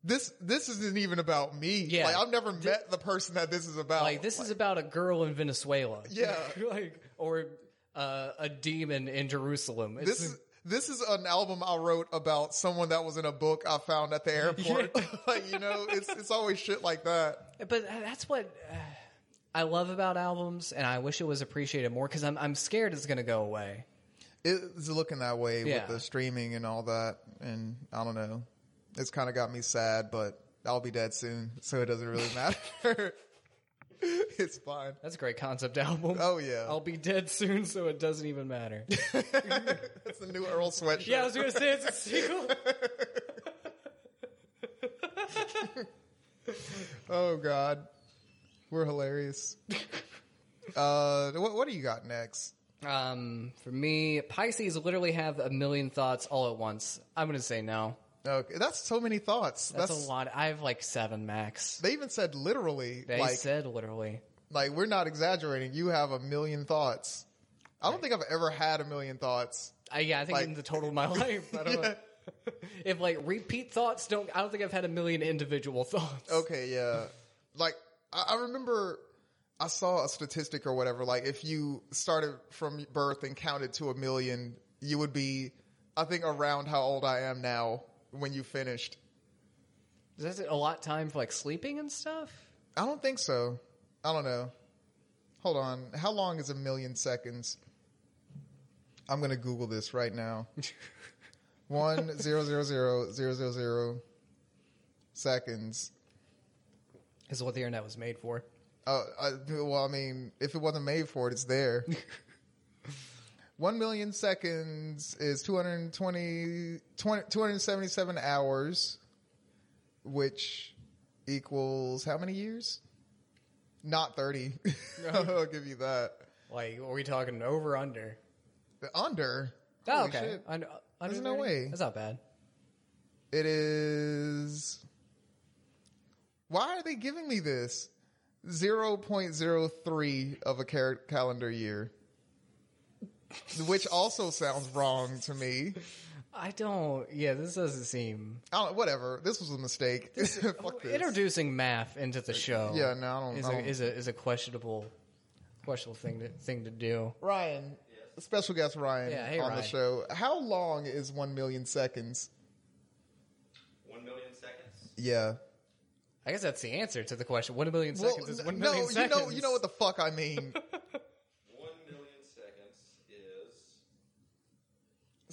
S1: this. This isn't even about me.
S2: Yeah.
S1: like I've never met the person that this is about.
S2: Like this is about a girl in Venezuela.
S1: Yeah.
S2: like or uh, a demon in Jerusalem. It's,
S1: this. Is, this is an album I wrote about someone that was in a book I found at the airport. like, you know, it's it's always shit like that.
S2: but that's what uh, I love about albums, and I wish it was appreciated more because I'm I'm scared it's gonna go away.
S1: It's looking that way
S2: Yeah.
S1: with the streaming and all that, and I don't know. It's kind of got me sad, but I'll be dead soon, so it doesn't really matter. it's fine.
S2: That's a great concept album.
S1: Oh, yeah.
S2: I'll be dead soon, so it doesn't even matter.
S1: That's the new Earl sweatshirt.
S2: yeah, I was gonna say it's a sequel.
S1: Oh God, we're hilarious. uh, what what do you got next?
S2: Um, for me, Pisces literally have a million thoughts all at once. I'm gonna say no.
S1: Okay, that's so many thoughts.
S2: That's, a lot. I have like seven max.
S1: They even said literally,
S2: They
S1: like
S2: said literally.
S1: like we're not exaggerating. You have a million thoughts. I don't think I've ever had a million thoughts.
S2: I, yeah, I think
S1: Like-
S2: in the total of my life, I don't know. if like repeat thoughts don't. I don't think I've had a million individual thoughts.
S1: Okay, yeah. Like I, I remember I saw a statistic or whatever. Like if you started from birth and counted to a million, you would be, I think, around how old I am now when you finished.
S2: Is that a lot time for like sleeping and stuff?
S1: I don't think so. I don't know. Hold on. How long is a million seconds? I'm gonna Google this right now. One zero zero zero zero zero zero seconds.
S2: Is what the internet was made for.
S1: Uh, I, well, I mean, if it wasn't made for it, it's there. One million seconds is 220, 20 277 hours, which equals how many years? Not 30. I'll give you that.
S2: Like, are we talking over under?
S1: Under.
S2: Oh,
S1: Holy
S2: okay.
S1: shit.
S2: Under, under
S1: There's no
S2: 30?
S1: way.
S2: That's not bad.
S1: It is. Why are they giving me this? 0.03 of a car- calendar year. Which also sounds wrong to me.
S2: I don't. Yeah, this doesn't seem.
S1: I don't, whatever. This was a mistake. Fuck this. Uh,
S2: Introducing math into the show.
S1: Yeah, no, I don't-
S2: Is
S1: I
S2: a,
S1: don't-
S2: is a is a questionable, questionable thing to thing to do.
S1: Ryan, special guest Ryan
S2: Yeah, hey,
S1: on the
S2: Ryan.
S1: show. How long is 1 million seconds?
S3: One million seconds.
S1: Yeah.
S2: I guess that's the answer to the question. One million
S1: Well,
S2: seconds is
S1: n-
S2: one
S1: no,
S2: million
S1: you
S2: seconds.
S1: know, you know what the fuck I mean.
S3: One million seconds is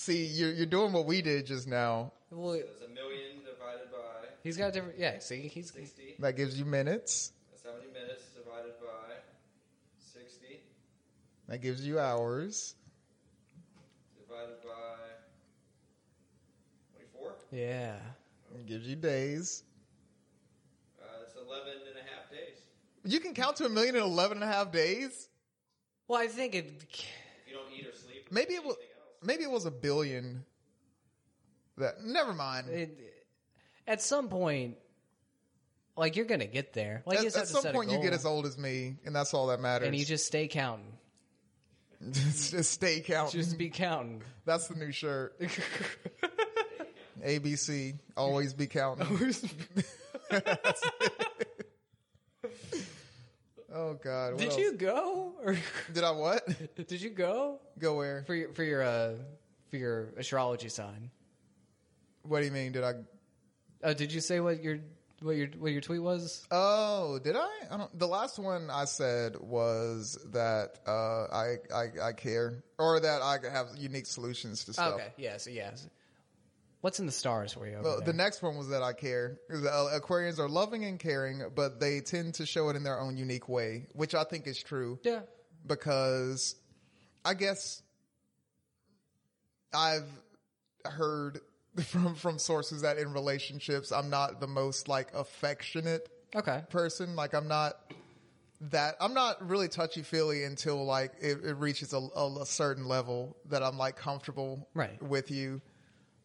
S1: See, you're, you're doing what we did just now.
S2: Well,
S3: is a million divided by
S2: he's got a different. Yeah, see, he's
S3: sixty.
S1: That gives you minutes.
S3: That's how many minutes divided by sixty
S1: That gives you hours.
S3: divided by twenty-four.
S2: yeah.
S1: It gives you days.
S3: Uh, that's 11 and a half days.
S1: You can count to a million in 11 and a half days.
S2: Well, I think it.
S3: If you don't eat or sleep. or
S1: Maybe it was,
S3: anything else.
S1: maybe it was a billion. That never mind.
S2: it at some point, like you're gonna get there. Like you
S1: at
S2: just
S1: at
S2: have to
S1: some
S2: set a
S1: point, you get
S2: goal,
S1: as old as me, and that's all that matters.
S2: and you just stay counting.
S1: just, just stay counting.
S2: Just be counting.
S1: that's the new shirt. ABC, always be counting. oh God! what
S2: Did
S1: else?
S2: you go or
S1: Did I what?
S2: did you go
S1: Go where?
S2: for your for your uh, for your astrology sign?
S1: What do you mean? Did I?
S2: Oh, did you say what your what your what your tweet was?
S1: Oh, did I? I don't, the last one I said was that uh, I, I I care or that I have unique solutions to stuff.
S2: Okay, yes, yes. What's in the stars for you? Over
S1: Well, the
S2: there?
S1: next one was that I care. Is that, uh, Aquarians are loving and caring, but they tend to show it in their own unique way, which I think is true
S2: yeah.
S1: because I guess I've heard from from sources that in relationships I'm not the most like affectionate
S2: Okay.
S1: person. Like I'm not that I'm not really touchy feely until like it, it reaches a, a, a certain level that I'm like comfortable
S2: Right.
S1: with you.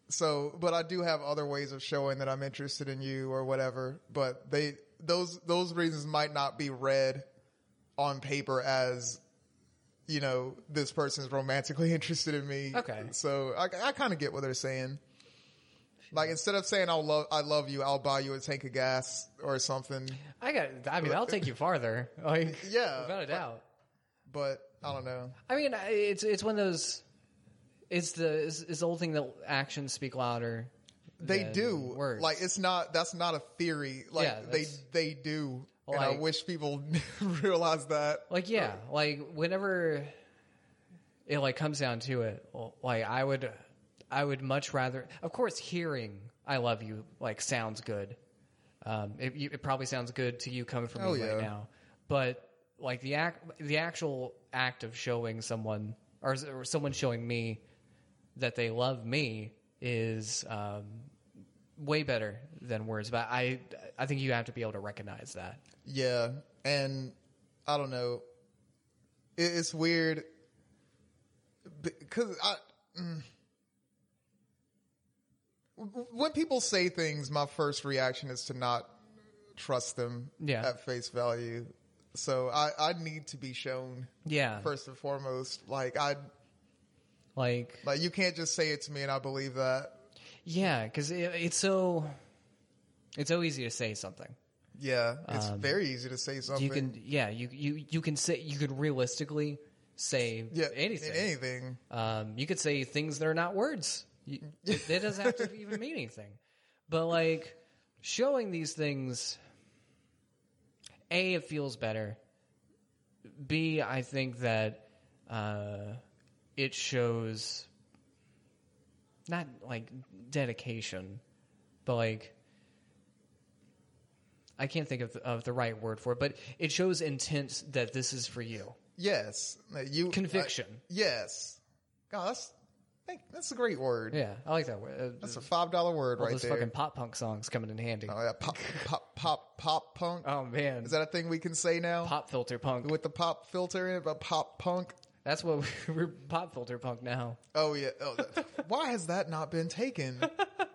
S1: So, but I do have other ways of showing that I'm interested in you or whatever. But they those those reasons might not be read on paper as you know, this person's romantically interested in me.
S2: Okay.
S1: So I, I kind of get what they're saying. Like instead of saying I'll love I love you, I'll buy you a tank of gas or something.
S2: I got. I mean, I'll take you farther. Like,
S1: Yeah.
S2: without a doubt.
S1: But I don't know.
S2: I mean, I- it's it's one of those. It's the it's, it's the old thing that actions speak louder.
S1: They
S2: than
S1: do.
S2: words.
S1: Like it's not that's not a theory. Like
S2: Yeah,
S1: they
S2: that's-
S1: they do. and
S2: Like-
S1: I wish people realize that.
S2: like yeah like whenever it like comes down to it like i would i would much rather of course hearing i love you like sounds good um it, you- it probably sounds good to you coming from
S1: Oh,
S2: me right
S1: yeah.
S2: now but like the act the actual act of showing someone or, or someone showing me that they love me is um way better than words but i i think you have to be able to recognize that
S1: Yeah, and I don't know. It, it's weird because I. mm. W- when people say things, my first reaction is to not trust them
S2: Yeah.
S1: at face value. So I, I need to be shown
S2: yeah
S1: first and foremost. Like I,
S2: like
S1: like you can't just say it to me and I believe that.
S2: Yeah, because it, it's so it's so easy to say something.
S1: Yeah, it's
S2: Um,
S1: very easy to say something.
S2: You can yeah you you you can say you can realistically say
S1: yeah,
S2: anything.
S1: anything.
S2: Um, you could say things that are not words. You, it, it doesn't have to even mean anything. But like showing these things, a it feels better. B I think that uh, it shows not like dedication, but like I can't think of the, of the right word for it. But it shows intent that this is for you.
S1: Yes, that you
S2: Conviction.
S1: I- yes, God, that's thank, that's a great word.
S2: Yeah, I like that word. Uh,
S1: That's a five dollar word
S2: All
S1: right
S2: those
S1: there.
S2: fucking pop punk songs coming in handy.
S1: oh, yeah, pop, pop, pop, pop punk.
S2: Oh man,
S1: Is that a thing we can say now
S2: pop filter punk?
S1: with the pop filter in it? But pop punk.
S2: That's what we- we're pop filter punk now.
S1: Oh yeah. Oh, that- why has that not been taken?
S2: Uh,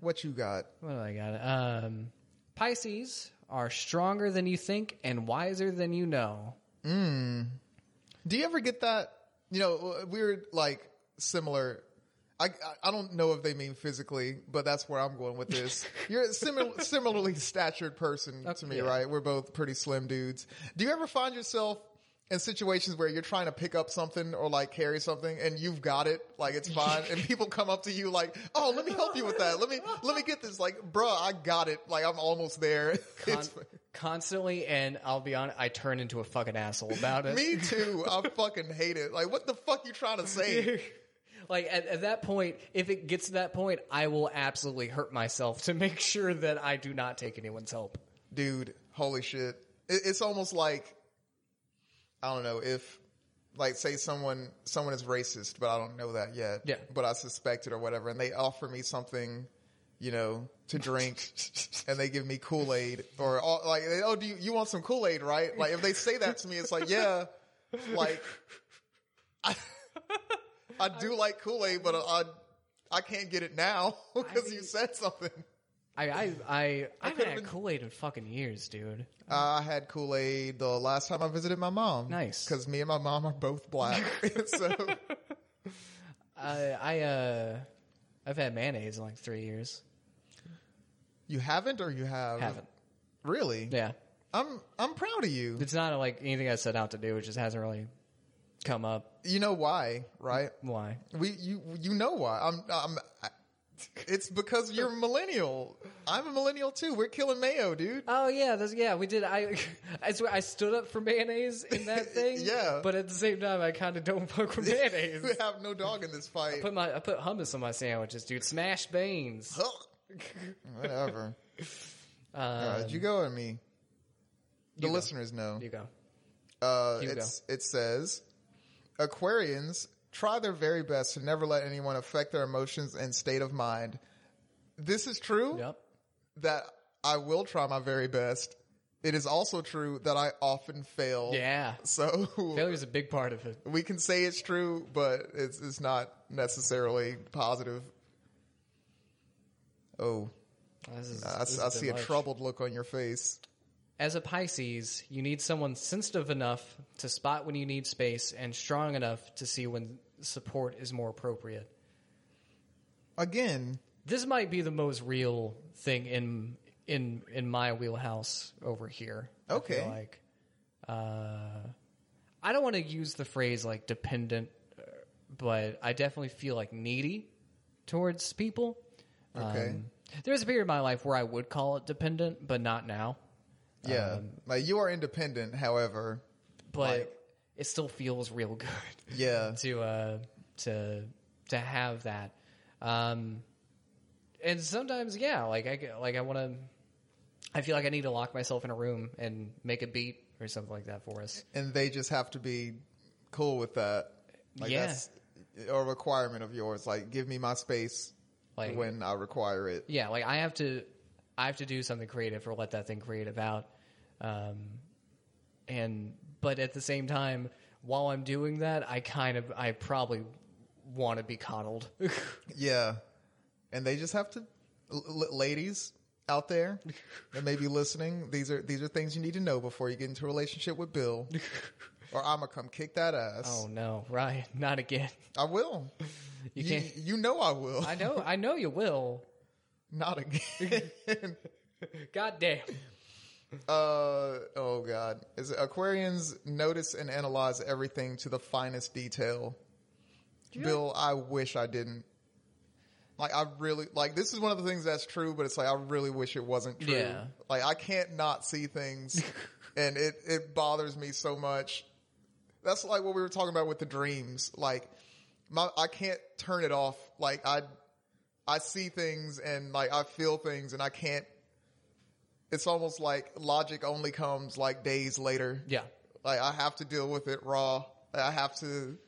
S1: what you got?
S2: What do I got? Um, Pisces are stronger than you think and wiser than you know.
S1: Do you ever get that? You know, we were like similar. I, I- I don't know if they mean physically, but that's where I'm going with this. You're a similar, similarly statured person to me,
S2: yeah.
S1: right? We're both pretty slim dudes. Do you ever find yourself in situations where you're trying to pick up something or like carry something and you've got it, like it's fine, and people come up to you like, "Oh, let me help you with that. Let me let me get this." Like, bruh, I got it. Like, I'm almost there.
S2: Con-
S1: It's-
S2: constantly, and I'll be honest, I turn into a fucking asshole about it.
S1: me too. I fucking hate it. Like, what the fuck you trying to say?
S2: like at, at that point, if it gets to that point, I will absolutely hurt myself to make sure that I do not take anyone's help.
S1: dude holy shit it, it's almost like i don't know if like say someone someone is racist but i don't know that yet
S2: Yeah.
S1: but i suspect it or whatever and they offer me something you know to drink and they give me kool-aid or all, like oh do you, you want some kool-aid right like if they say that to me it's like yeah like i, I do like kool-aid but i i can't get it now because you
S2: mean-
S1: said something
S2: I I I, I haven't
S1: could've
S2: had
S1: been-
S2: Kool Aid in fucking years, dude.
S1: I had Kool Aid the last time I visited my mom.
S2: Nice.
S1: because me and my mom are both black. so
S2: I I uh I've had mayonnaise in like three years.
S1: you haven't, or you have?
S2: Haven't.
S1: Really?
S2: Yeah.
S1: I'm I'm proud of you.
S2: It's not uh, like anything I set out to do, it just hasn't really come up.
S1: You know why, right?
S2: Why?
S1: We you you know why? I'm I'm. I, it's because you're millennial. I'm a millennial too. We're killing mayo, dude.
S2: Oh yeah, that's yeah, we did I I swear I stood up for mayonnaise in that thing.
S1: Yeah.
S2: But at the same time I kinda don't fuck with mayonnaise.
S1: We have no dog in this fight.
S2: put my I put hummus on my sandwiches, dude. Smashed beans.
S1: Whatever.
S2: Uh,
S1: Uh, you go at me. The
S2: you go.
S1: listeners know.
S2: you go.
S1: Uh,
S2: Hugo.
S1: it's, it says Aquarians try their very best to never let anyone affect their emotions and state of mind. This is true
S2: Yep.
S1: that I will try my very best. It is also true that I often fail.
S2: Yeah.
S1: So
S2: Failure's a big part of it.
S1: we can say it's true, but it's it's not necessarily positive. Oh,
S2: This is-
S1: I,
S2: this
S1: I
S2: has been
S1: see a
S2: much.
S1: troubled look on your face.
S2: As a Pisces, you need someone sensitive enough to spot when you need space and strong enough to see when support is more appropriate.
S1: Again,
S2: This might be the most real thing in in in my wheelhouse over here. I
S1: Okay.
S2: feel like uh, I don't want to use the phrase like dependent, uh, but I definitely feel like needy towards people.
S1: Okay.
S2: there was a period of my life where I would call it dependent, but not now.
S1: yeah, like you are independent. However,
S2: But
S1: Like-
S2: it still feels real good.
S1: yeah,
S2: to uh, to to have that. Um, and sometimes, yeah, like I get- like I want to. I feel like I need to lock myself in a room and make a beat or something like that for us.
S1: and they just have to be cool with that. Like
S2: Yeah.
S1: that's a requirement of yours. Like, give me my space
S2: Like-
S1: when I require it.
S2: Yeah, like I have to, I have to do something creative or let that thing creative out. Um, and but at the same time, while I'm doing that, I kind of, I probably want to be coddled.
S1: Yeah. And they just have to, l- l- ladies out there that may be listening, these are, these are things you need to know before you get into a relationship with Bill. or I'm going to come kick that ass.
S2: oh no, Ryan, not again.
S1: I will.
S2: You
S1: You,
S2: can't.
S1: you know I will.
S2: I know, I know you will.
S1: Not again.
S2: God damn.
S1: uh, oh God. Is it Aquarians notice and analyze everything to the finest detail. Bill, I wish I didn't. Like I really like this is one of the things that's true, but it's like I really wish it wasn't true.
S2: Yeah.
S1: Like I can't not see things, and it it bothers me so much. That's like what we were talking about with the dreams. Like my I can't turn it off. Like I I see things and like I feel things, and I can't. It's almost like logic only comes like days later.
S2: Yeah.
S1: Like I have to deal with it raw. Like, I have to.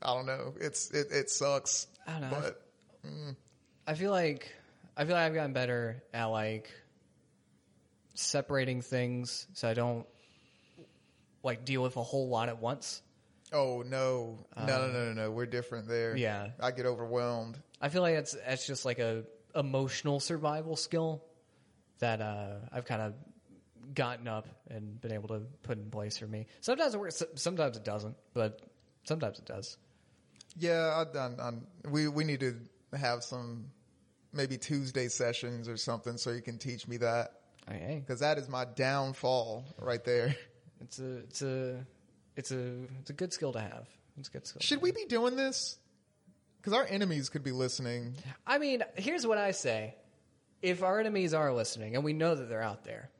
S1: I don't know. It's it it sucks.
S2: I don't know.
S1: But
S2: I feel like I feel like I've gotten better at like separating things so I don't like deal with a whole lot at once.
S1: oh no, no, no, no, no, no. We're different there.
S2: Um, Yeah.
S1: I get overwhelmed.
S2: I feel like that's that's just like a emotional survival skill that uh, I've kind of gotten up and been able to put in place for me. Sometimes it works, sometimes it doesn't, but sometimes it does.
S1: Yeah, I, I, I, we we need to have some maybe Tuesday sessions or something so you can teach me that
S2: Okay.
S1: because that is my downfall right there.
S2: It's a it's a it's a it's a good skill to have. It's a good skill. to
S1: Should we be doing this? Because our enemies could be listening.
S2: I mean, here's what I say. If our enemies are listening, and we know that they're out there,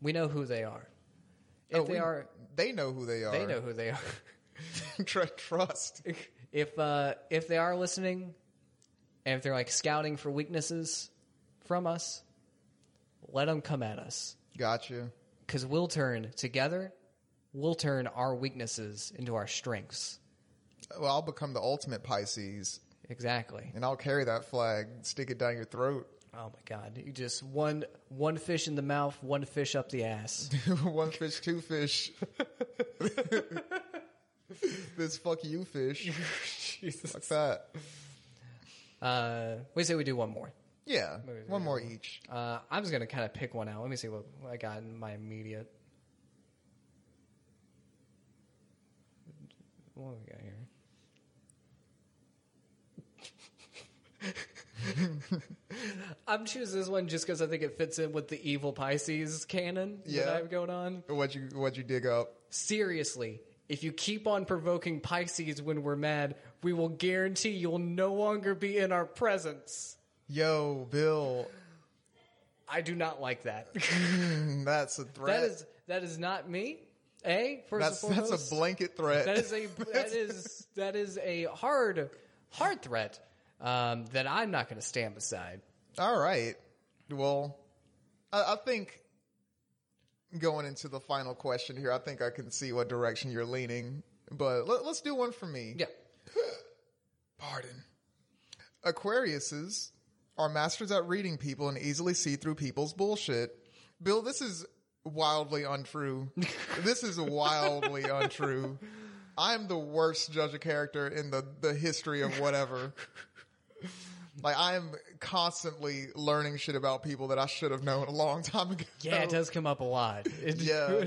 S2: we know who they are. If
S1: Oh,
S2: they
S1: we-
S2: are,
S1: They know who they are.
S2: they know who they are.
S1: Tr- Trust.
S2: if uh, if they are listening, and if they're like scouting for weaknesses from us, let them come at us
S1: Gotcha.
S2: because we'll turn together. We'll turn our weaknesses into our strengths.
S1: Well, I'll become the ultimate Pisces,
S2: Exactly.
S1: and I'll carry that flag, stick it down your throat.
S2: Oh my God! You just one one fish in the mouth, one fish up the ass.
S1: One fish, two fish. this fuck you fish.
S2: Jesus.
S1: Fuck that.
S2: Uh, we say we do one more.
S1: Yeah, one more each.
S2: Uh, I'm just gonna kind of pick one out. Let me see what I got in my immediate. What we got here? I'm choosing this one just because I think it fits in with the evil Pisces canon that
S1: Yeah.
S2: I have going on.
S1: What you what you dig up?
S2: Seriously, if you keep on provoking Pisces when we're mad, we will guarantee you'll no longer be in our presence.
S1: Yo, Bill,
S2: I do not like that.
S1: mm, that's a threat.
S2: That is that is not me. A first
S1: that's,
S2: and
S1: that's
S2: foremost.
S1: a blanket threat.
S2: That is a that is that is a hard hard threat um, that I'm not going to stand beside.
S1: All right. Well, I, I think going into the final question here, I think I can see what direction you're leaning. But let, let's do one for me.
S2: Yeah.
S1: Pardon. Aquariuses are masters at reading people and easily see through people's bullshit. Bill, this is wildly untrue. this is wildly untrue. I'm the worst judge of character in the, the history of whatever. like I am constantly learning shit about people that I should have known a long time ago.
S2: Yeah, it does come up a lot. It-
S1: Yeah.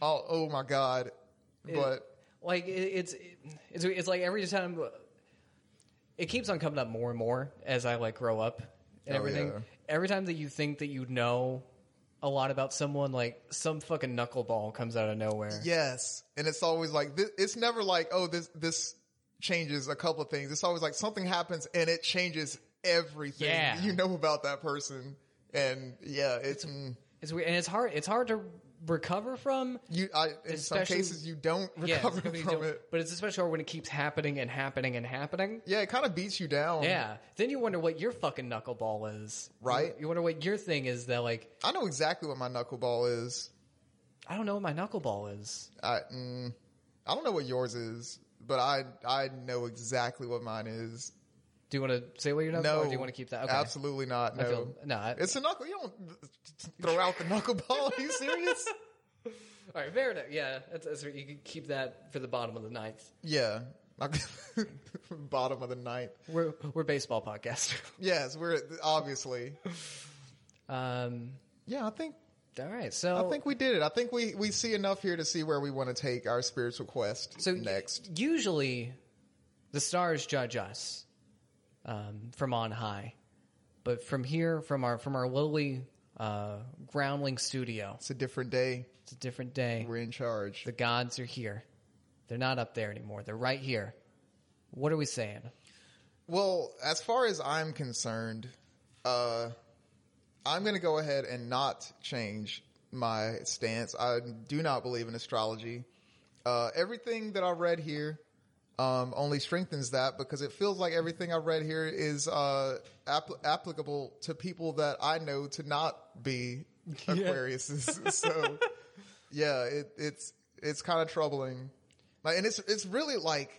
S1: Oh, oh my god. But
S2: like it, it's it's it's like every time it keeps on coming up more and more as I like grow up and
S1: Oh,
S2: everything.
S1: yeah.
S2: Every time that you think that you know a lot about someone, like some fucking knuckleball comes out of nowhere.
S1: yes, and it's always like this, it's never like oh this this changes a couple of things. It's always like something happens and it changes everything
S2: Yeah.
S1: you know about that person. And yeah, it's mm,
S2: It's weird, and it's hard. It's hard to recover from.
S1: you. I in some
S2: Especially-
S1: cases you don't
S2: Yeah, it's
S1: recover
S2: gonna be
S1: from
S2: dope,
S1: it.
S2: but it's especially hard when it keeps happening and happening and happening.
S1: Yeah, it kind of beats you down.
S2: Yeah. Then you wonder what your fucking knuckleball is.
S1: Right.
S2: You, you wonder what your thing is that like
S1: I know exactly what my knuckleball is.
S2: I don't know what my knuckleball is.
S1: I mm, I don't know what yours is, but I I know exactly what mine is.
S2: Do you want to say what your knuckleball?
S1: No,
S2: Or do you want to keep that? Okay.
S1: Absolutely not. No,
S2: I feel- no, I-
S1: it's a knuckle. You don't throw out the knuckleball. Are you serious?
S2: All right. Fair enough. Yeah. That's, that's, you can keep that for the bottom of the ninth.
S1: yeah. Bottom of the ninth.
S2: We're we're baseball podcast.
S1: Yes, we're obviously.
S2: um.
S1: Yeah, I think
S2: All right. So
S1: I think we did it. I think we we see enough here to see where we want to take our spiritual quest.
S2: So
S1: next,
S2: u- usually, the stars judge us um, from on high, but from here, from our from our lowly uh, groundling studio,
S1: it's a different day.
S2: it's a different day.
S1: We're in charge.
S2: The gods are here; they're not up there anymore. They're right here. What are we saying?
S1: Well, as far as I'm concerned, uh, I'm going to go ahead and not change my stance. I do not believe in astrology. Uh, everything that I read here um, only strengthens that because it feels like everything I read here is uh, app- applicable to people that I know to not be Aquariuses. so, yeah, it, it's it's kind of troubling. Like, and it's it's really like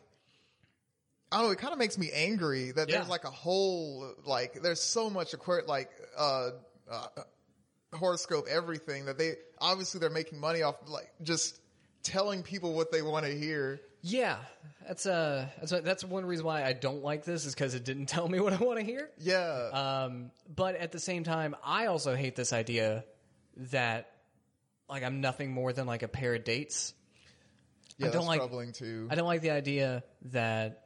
S1: I don't know, it kind of makes me angry that
S2: Yeah.
S1: there's like a whole, like, there's so much aquarium, like, uh, uh, horoscope, everything that they, obviously they're making money off, like, just telling people what they want to hear.
S2: Yeah, that's uh, that's what- that's one reason why I don't like this is because it didn't tell me what I want to hear.
S1: Yeah.
S2: Um, but at the same time, I also hate this idea that like I'm nothing more than like a pair of dates.
S1: yeah,
S2: I don't
S1: that's
S2: like-
S1: troubling too.
S2: I don't like the idea that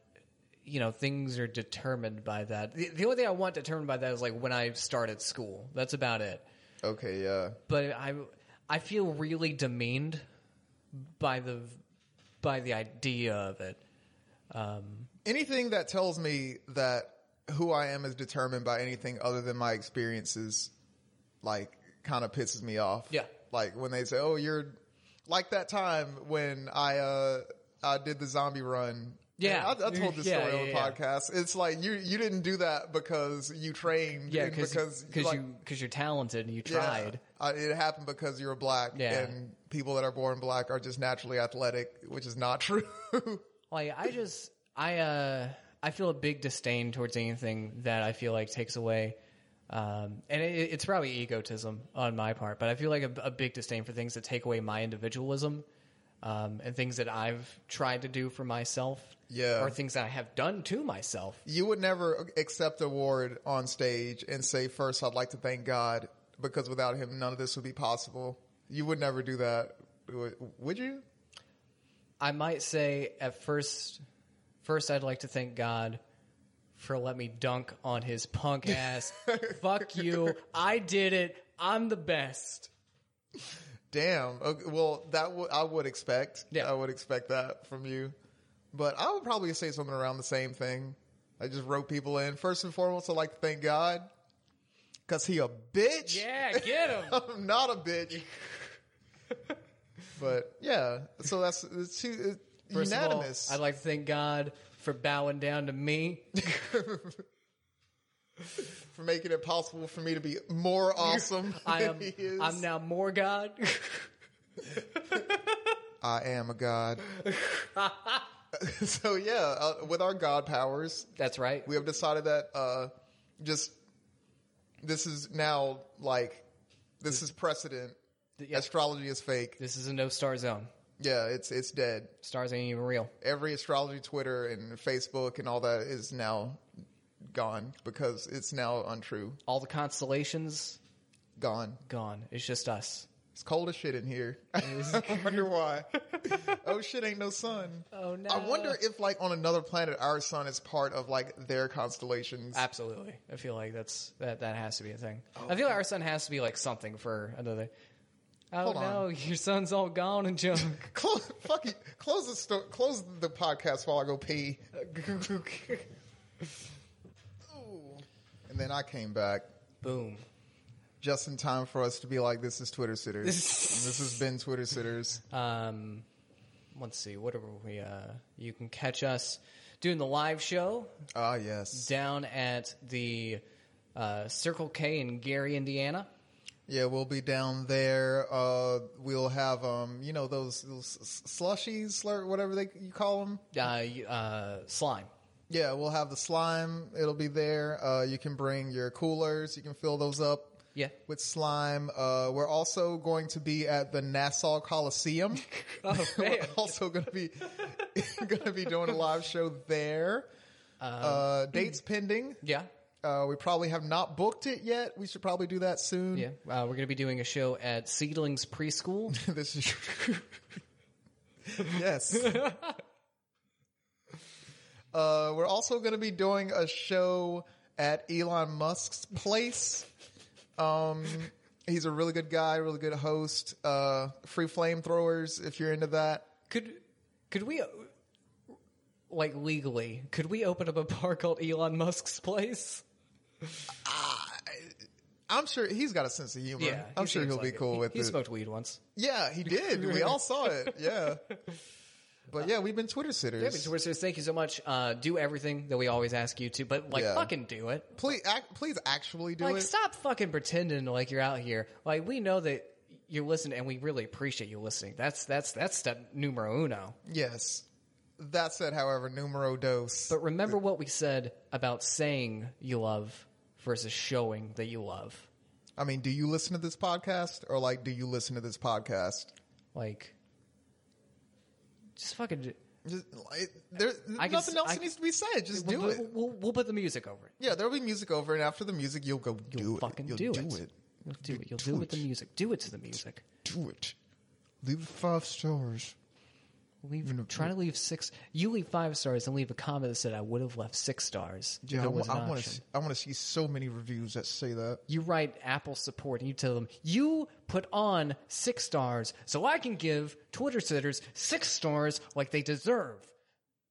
S2: you know things are determined by that. The, the only thing I want determined by that is like when I start at school. That's about it.
S1: okay. Yeah.
S2: But I I feel really demeaned by the by the idea of it.
S1: Anything that tells me that who I am is determined by anything other than my experiences, like, kind of pisses me off.
S2: Yeah.
S1: Like when they say, "Oh, you're like that time when I uh I did the zombie run."
S2: Yeah.
S1: And I, I told this
S2: Yeah,
S1: story
S2: yeah,
S1: on the
S2: yeah.
S1: podcast. It's like you you didn't do that because you trained.
S2: Yeah,
S1: and
S2: cause,
S1: because
S2: because
S1: like,
S2: you because you're talented and you
S1: yeah,
S2: tried.
S1: I- it happened because you were black,
S2: Yeah.
S1: and people that are born black are just naturally athletic, which is not true.
S2: Like I just I uh I feel a big disdain towards anything that I feel like takes away um and it, it's probably egotism on my part, but I feel like a, a big disdain for things that take away my individualism um and things that I've tried to do for myself.
S1: Yeah.
S2: Or things that I have done to myself.
S1: you would never accept an award on stage and say, first, I'd like to thank God because without Him, none of this would be possible." You would never do that, would- would you?
S2: I might say at first first I'd like to thank God for let me dunk on his punk ass. Fuck you. I did it. I'm the best.
S1: Damn. Okay, well, that w- I would expect.
S2: Yeah.
S1: I would expect that from you. But I would probably say something around the same thing. I just wrote people in. First and foremost, I'd like to thank God because he a bitch.
S2: Yeah, get him.
S1: I'm not a bitch. but yeah, so that's it's too, it's
S2: First of all,
S1: unanimous.
S2: I'd like to thank God for bowing down to me.
S1: for making it possible for me to be more awesome
S2: I
S1: than
S2: am
S1: he is.
S2: I'm now more God.
S1: I am a god. so yeah, uh, with our god powers,
S2: That's right.
S1: we have decided that uh, just this is now like this is precedent.
S2: Yeah.
S1: Astrology is fake.
S2: This is a no star zone.
S1: Yeah, it's it's dead.
S2: Stars ain't even real.
S1: Every astrology Twitter and Facebook and all that is now gone because it's now untrue.
S2: All the constellations
S1: Gone.
S2: gone. It's just us.
S1: It's cold as shit in here. I wonder why. oh shit, ain't no sun.
S2: Oh, no.
S1: I wonder if like on another planet, our sun is part of like their constellations.
S2: Absolutely. I feel like that's that that has to be a thing. I feel like our son has to be like something for another. Oh
S1: Hold
S2: no, your son's all gone and junk.
S1: close, fuck you. Close the sto- close the podcast while I go pee. And then I came back
S2: Boom.
S1: just in time for us to be like, "This is Twitter sitters. this has been Twitter sitters."
S2: Um, let's see. What are we? Uh, you can catch us doing the live show
S1: Ah, yes.
S2: down at the uh, Circle K in Gary, Indiana.
S1: Yeah, we'll be down there. Uh, we'll have um, you know, those, those s- slushies, slur, whatever they you call them.
S2: Uh, you- uh, slime.
S1: Yeah, we'll have the slime. It'll be there. Uh, you can bring your coolers. You can fill those up
S2: Yeah.
S1: with slime. Uh, we're also going to be at the Nassau Coliseum.
S2: Oh
S1: we're also going to be going to be doing a live show there. uh, dates pending.
S2: yeah.
S1: Uh, we probably have not booked it yet. We should probably do that soon.
S2: Yeah. Uh, we're gonna be doing a show at Seedlings Preschool.
S1: this is yes. Uh, we're also going to be doing a show at Elon Musk's place. Um, he's a really good guy, really good host. Uh, free flamethrowers, if you're into that.
S2: Could could we uh, like legally? Could we open up a bar called Elon Musk's Place?
S1: I'm sure he's got a sense of humor. I'm
S2: he
S1: sure
S2: seems
S1: he'll be
S2: like it.
S1: cool
S2: He-
S1: with
S2: he
S1: it.
S2: smoked weed once.
S1: Yeah, he did. we all saw it. Yeah. But yeah, we've been Twitter sitters.
S2: Yeah, but Twizzlers, thank you so much. Uh, do everything that we always ask you to, but like
S1: Yeah.
S2: fucking do it.
S1: please, ac- please actually do
S2: Like
S1: it.
S2: stop fucking pretending like you're out here. Like we know that you're listening, and we really appreciate you listening. That's that's that's step numero uno.
S1: Yes. That said, however, numero dos.
S2: But remember what we said about saying you love versus showing that you love.
S1: I mean, do you listen to this podcast or like do you listen to this podcast?
S2: Like, just fucking. do-
S1: Just, like, there,
S2: I can
S1: nothing
S2: s-
S1: else
S2: I can-
S1: needs to be said. Just
S2: we'll,
S1: do
S2: we'll,
S1: it.
S2: We'll, we'll put the music over it.
S1: yeah, there'll be music over, and after the music, you'll go do
S2: You'll
S1: it.
S2: fucking
S1: you'll
S2: do,
S1: do
S2: it. You'll do it. You'll do it with the music. Do it to the music.
S1: Do it. Leave it five stars.
S2: Leave, try to leave six. You leave five stars and leave a comment that said, "I would have left six stars." if
S1: Yeah,
S2: it
S1: I,
S2: was an
S1: want
S2: option."
S1: to. I want to see so many reviews that say that.
S2: You write Apple support and you tell them you put on six stars, so I can give Twitter sitters six stars like they deserve.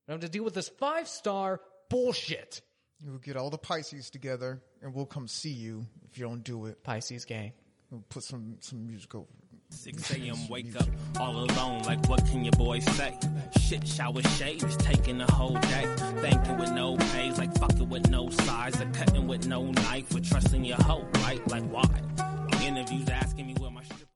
S2: I don't have to deal with this five star bullshit.
S1: We'll get all the Pisces together, and we'll come see you if you don't do it.
S2: Pisces gang.
S1: We'll put some some music over.
S4: 6 a.m. wake up all alone, like what can your boy say? Shit shower shaves, taking the whole day. Thanking with no pays, like fucking with no size, like cutting with no knife, or trusting your hoe, right? Like why? Interviews asking me where my shit.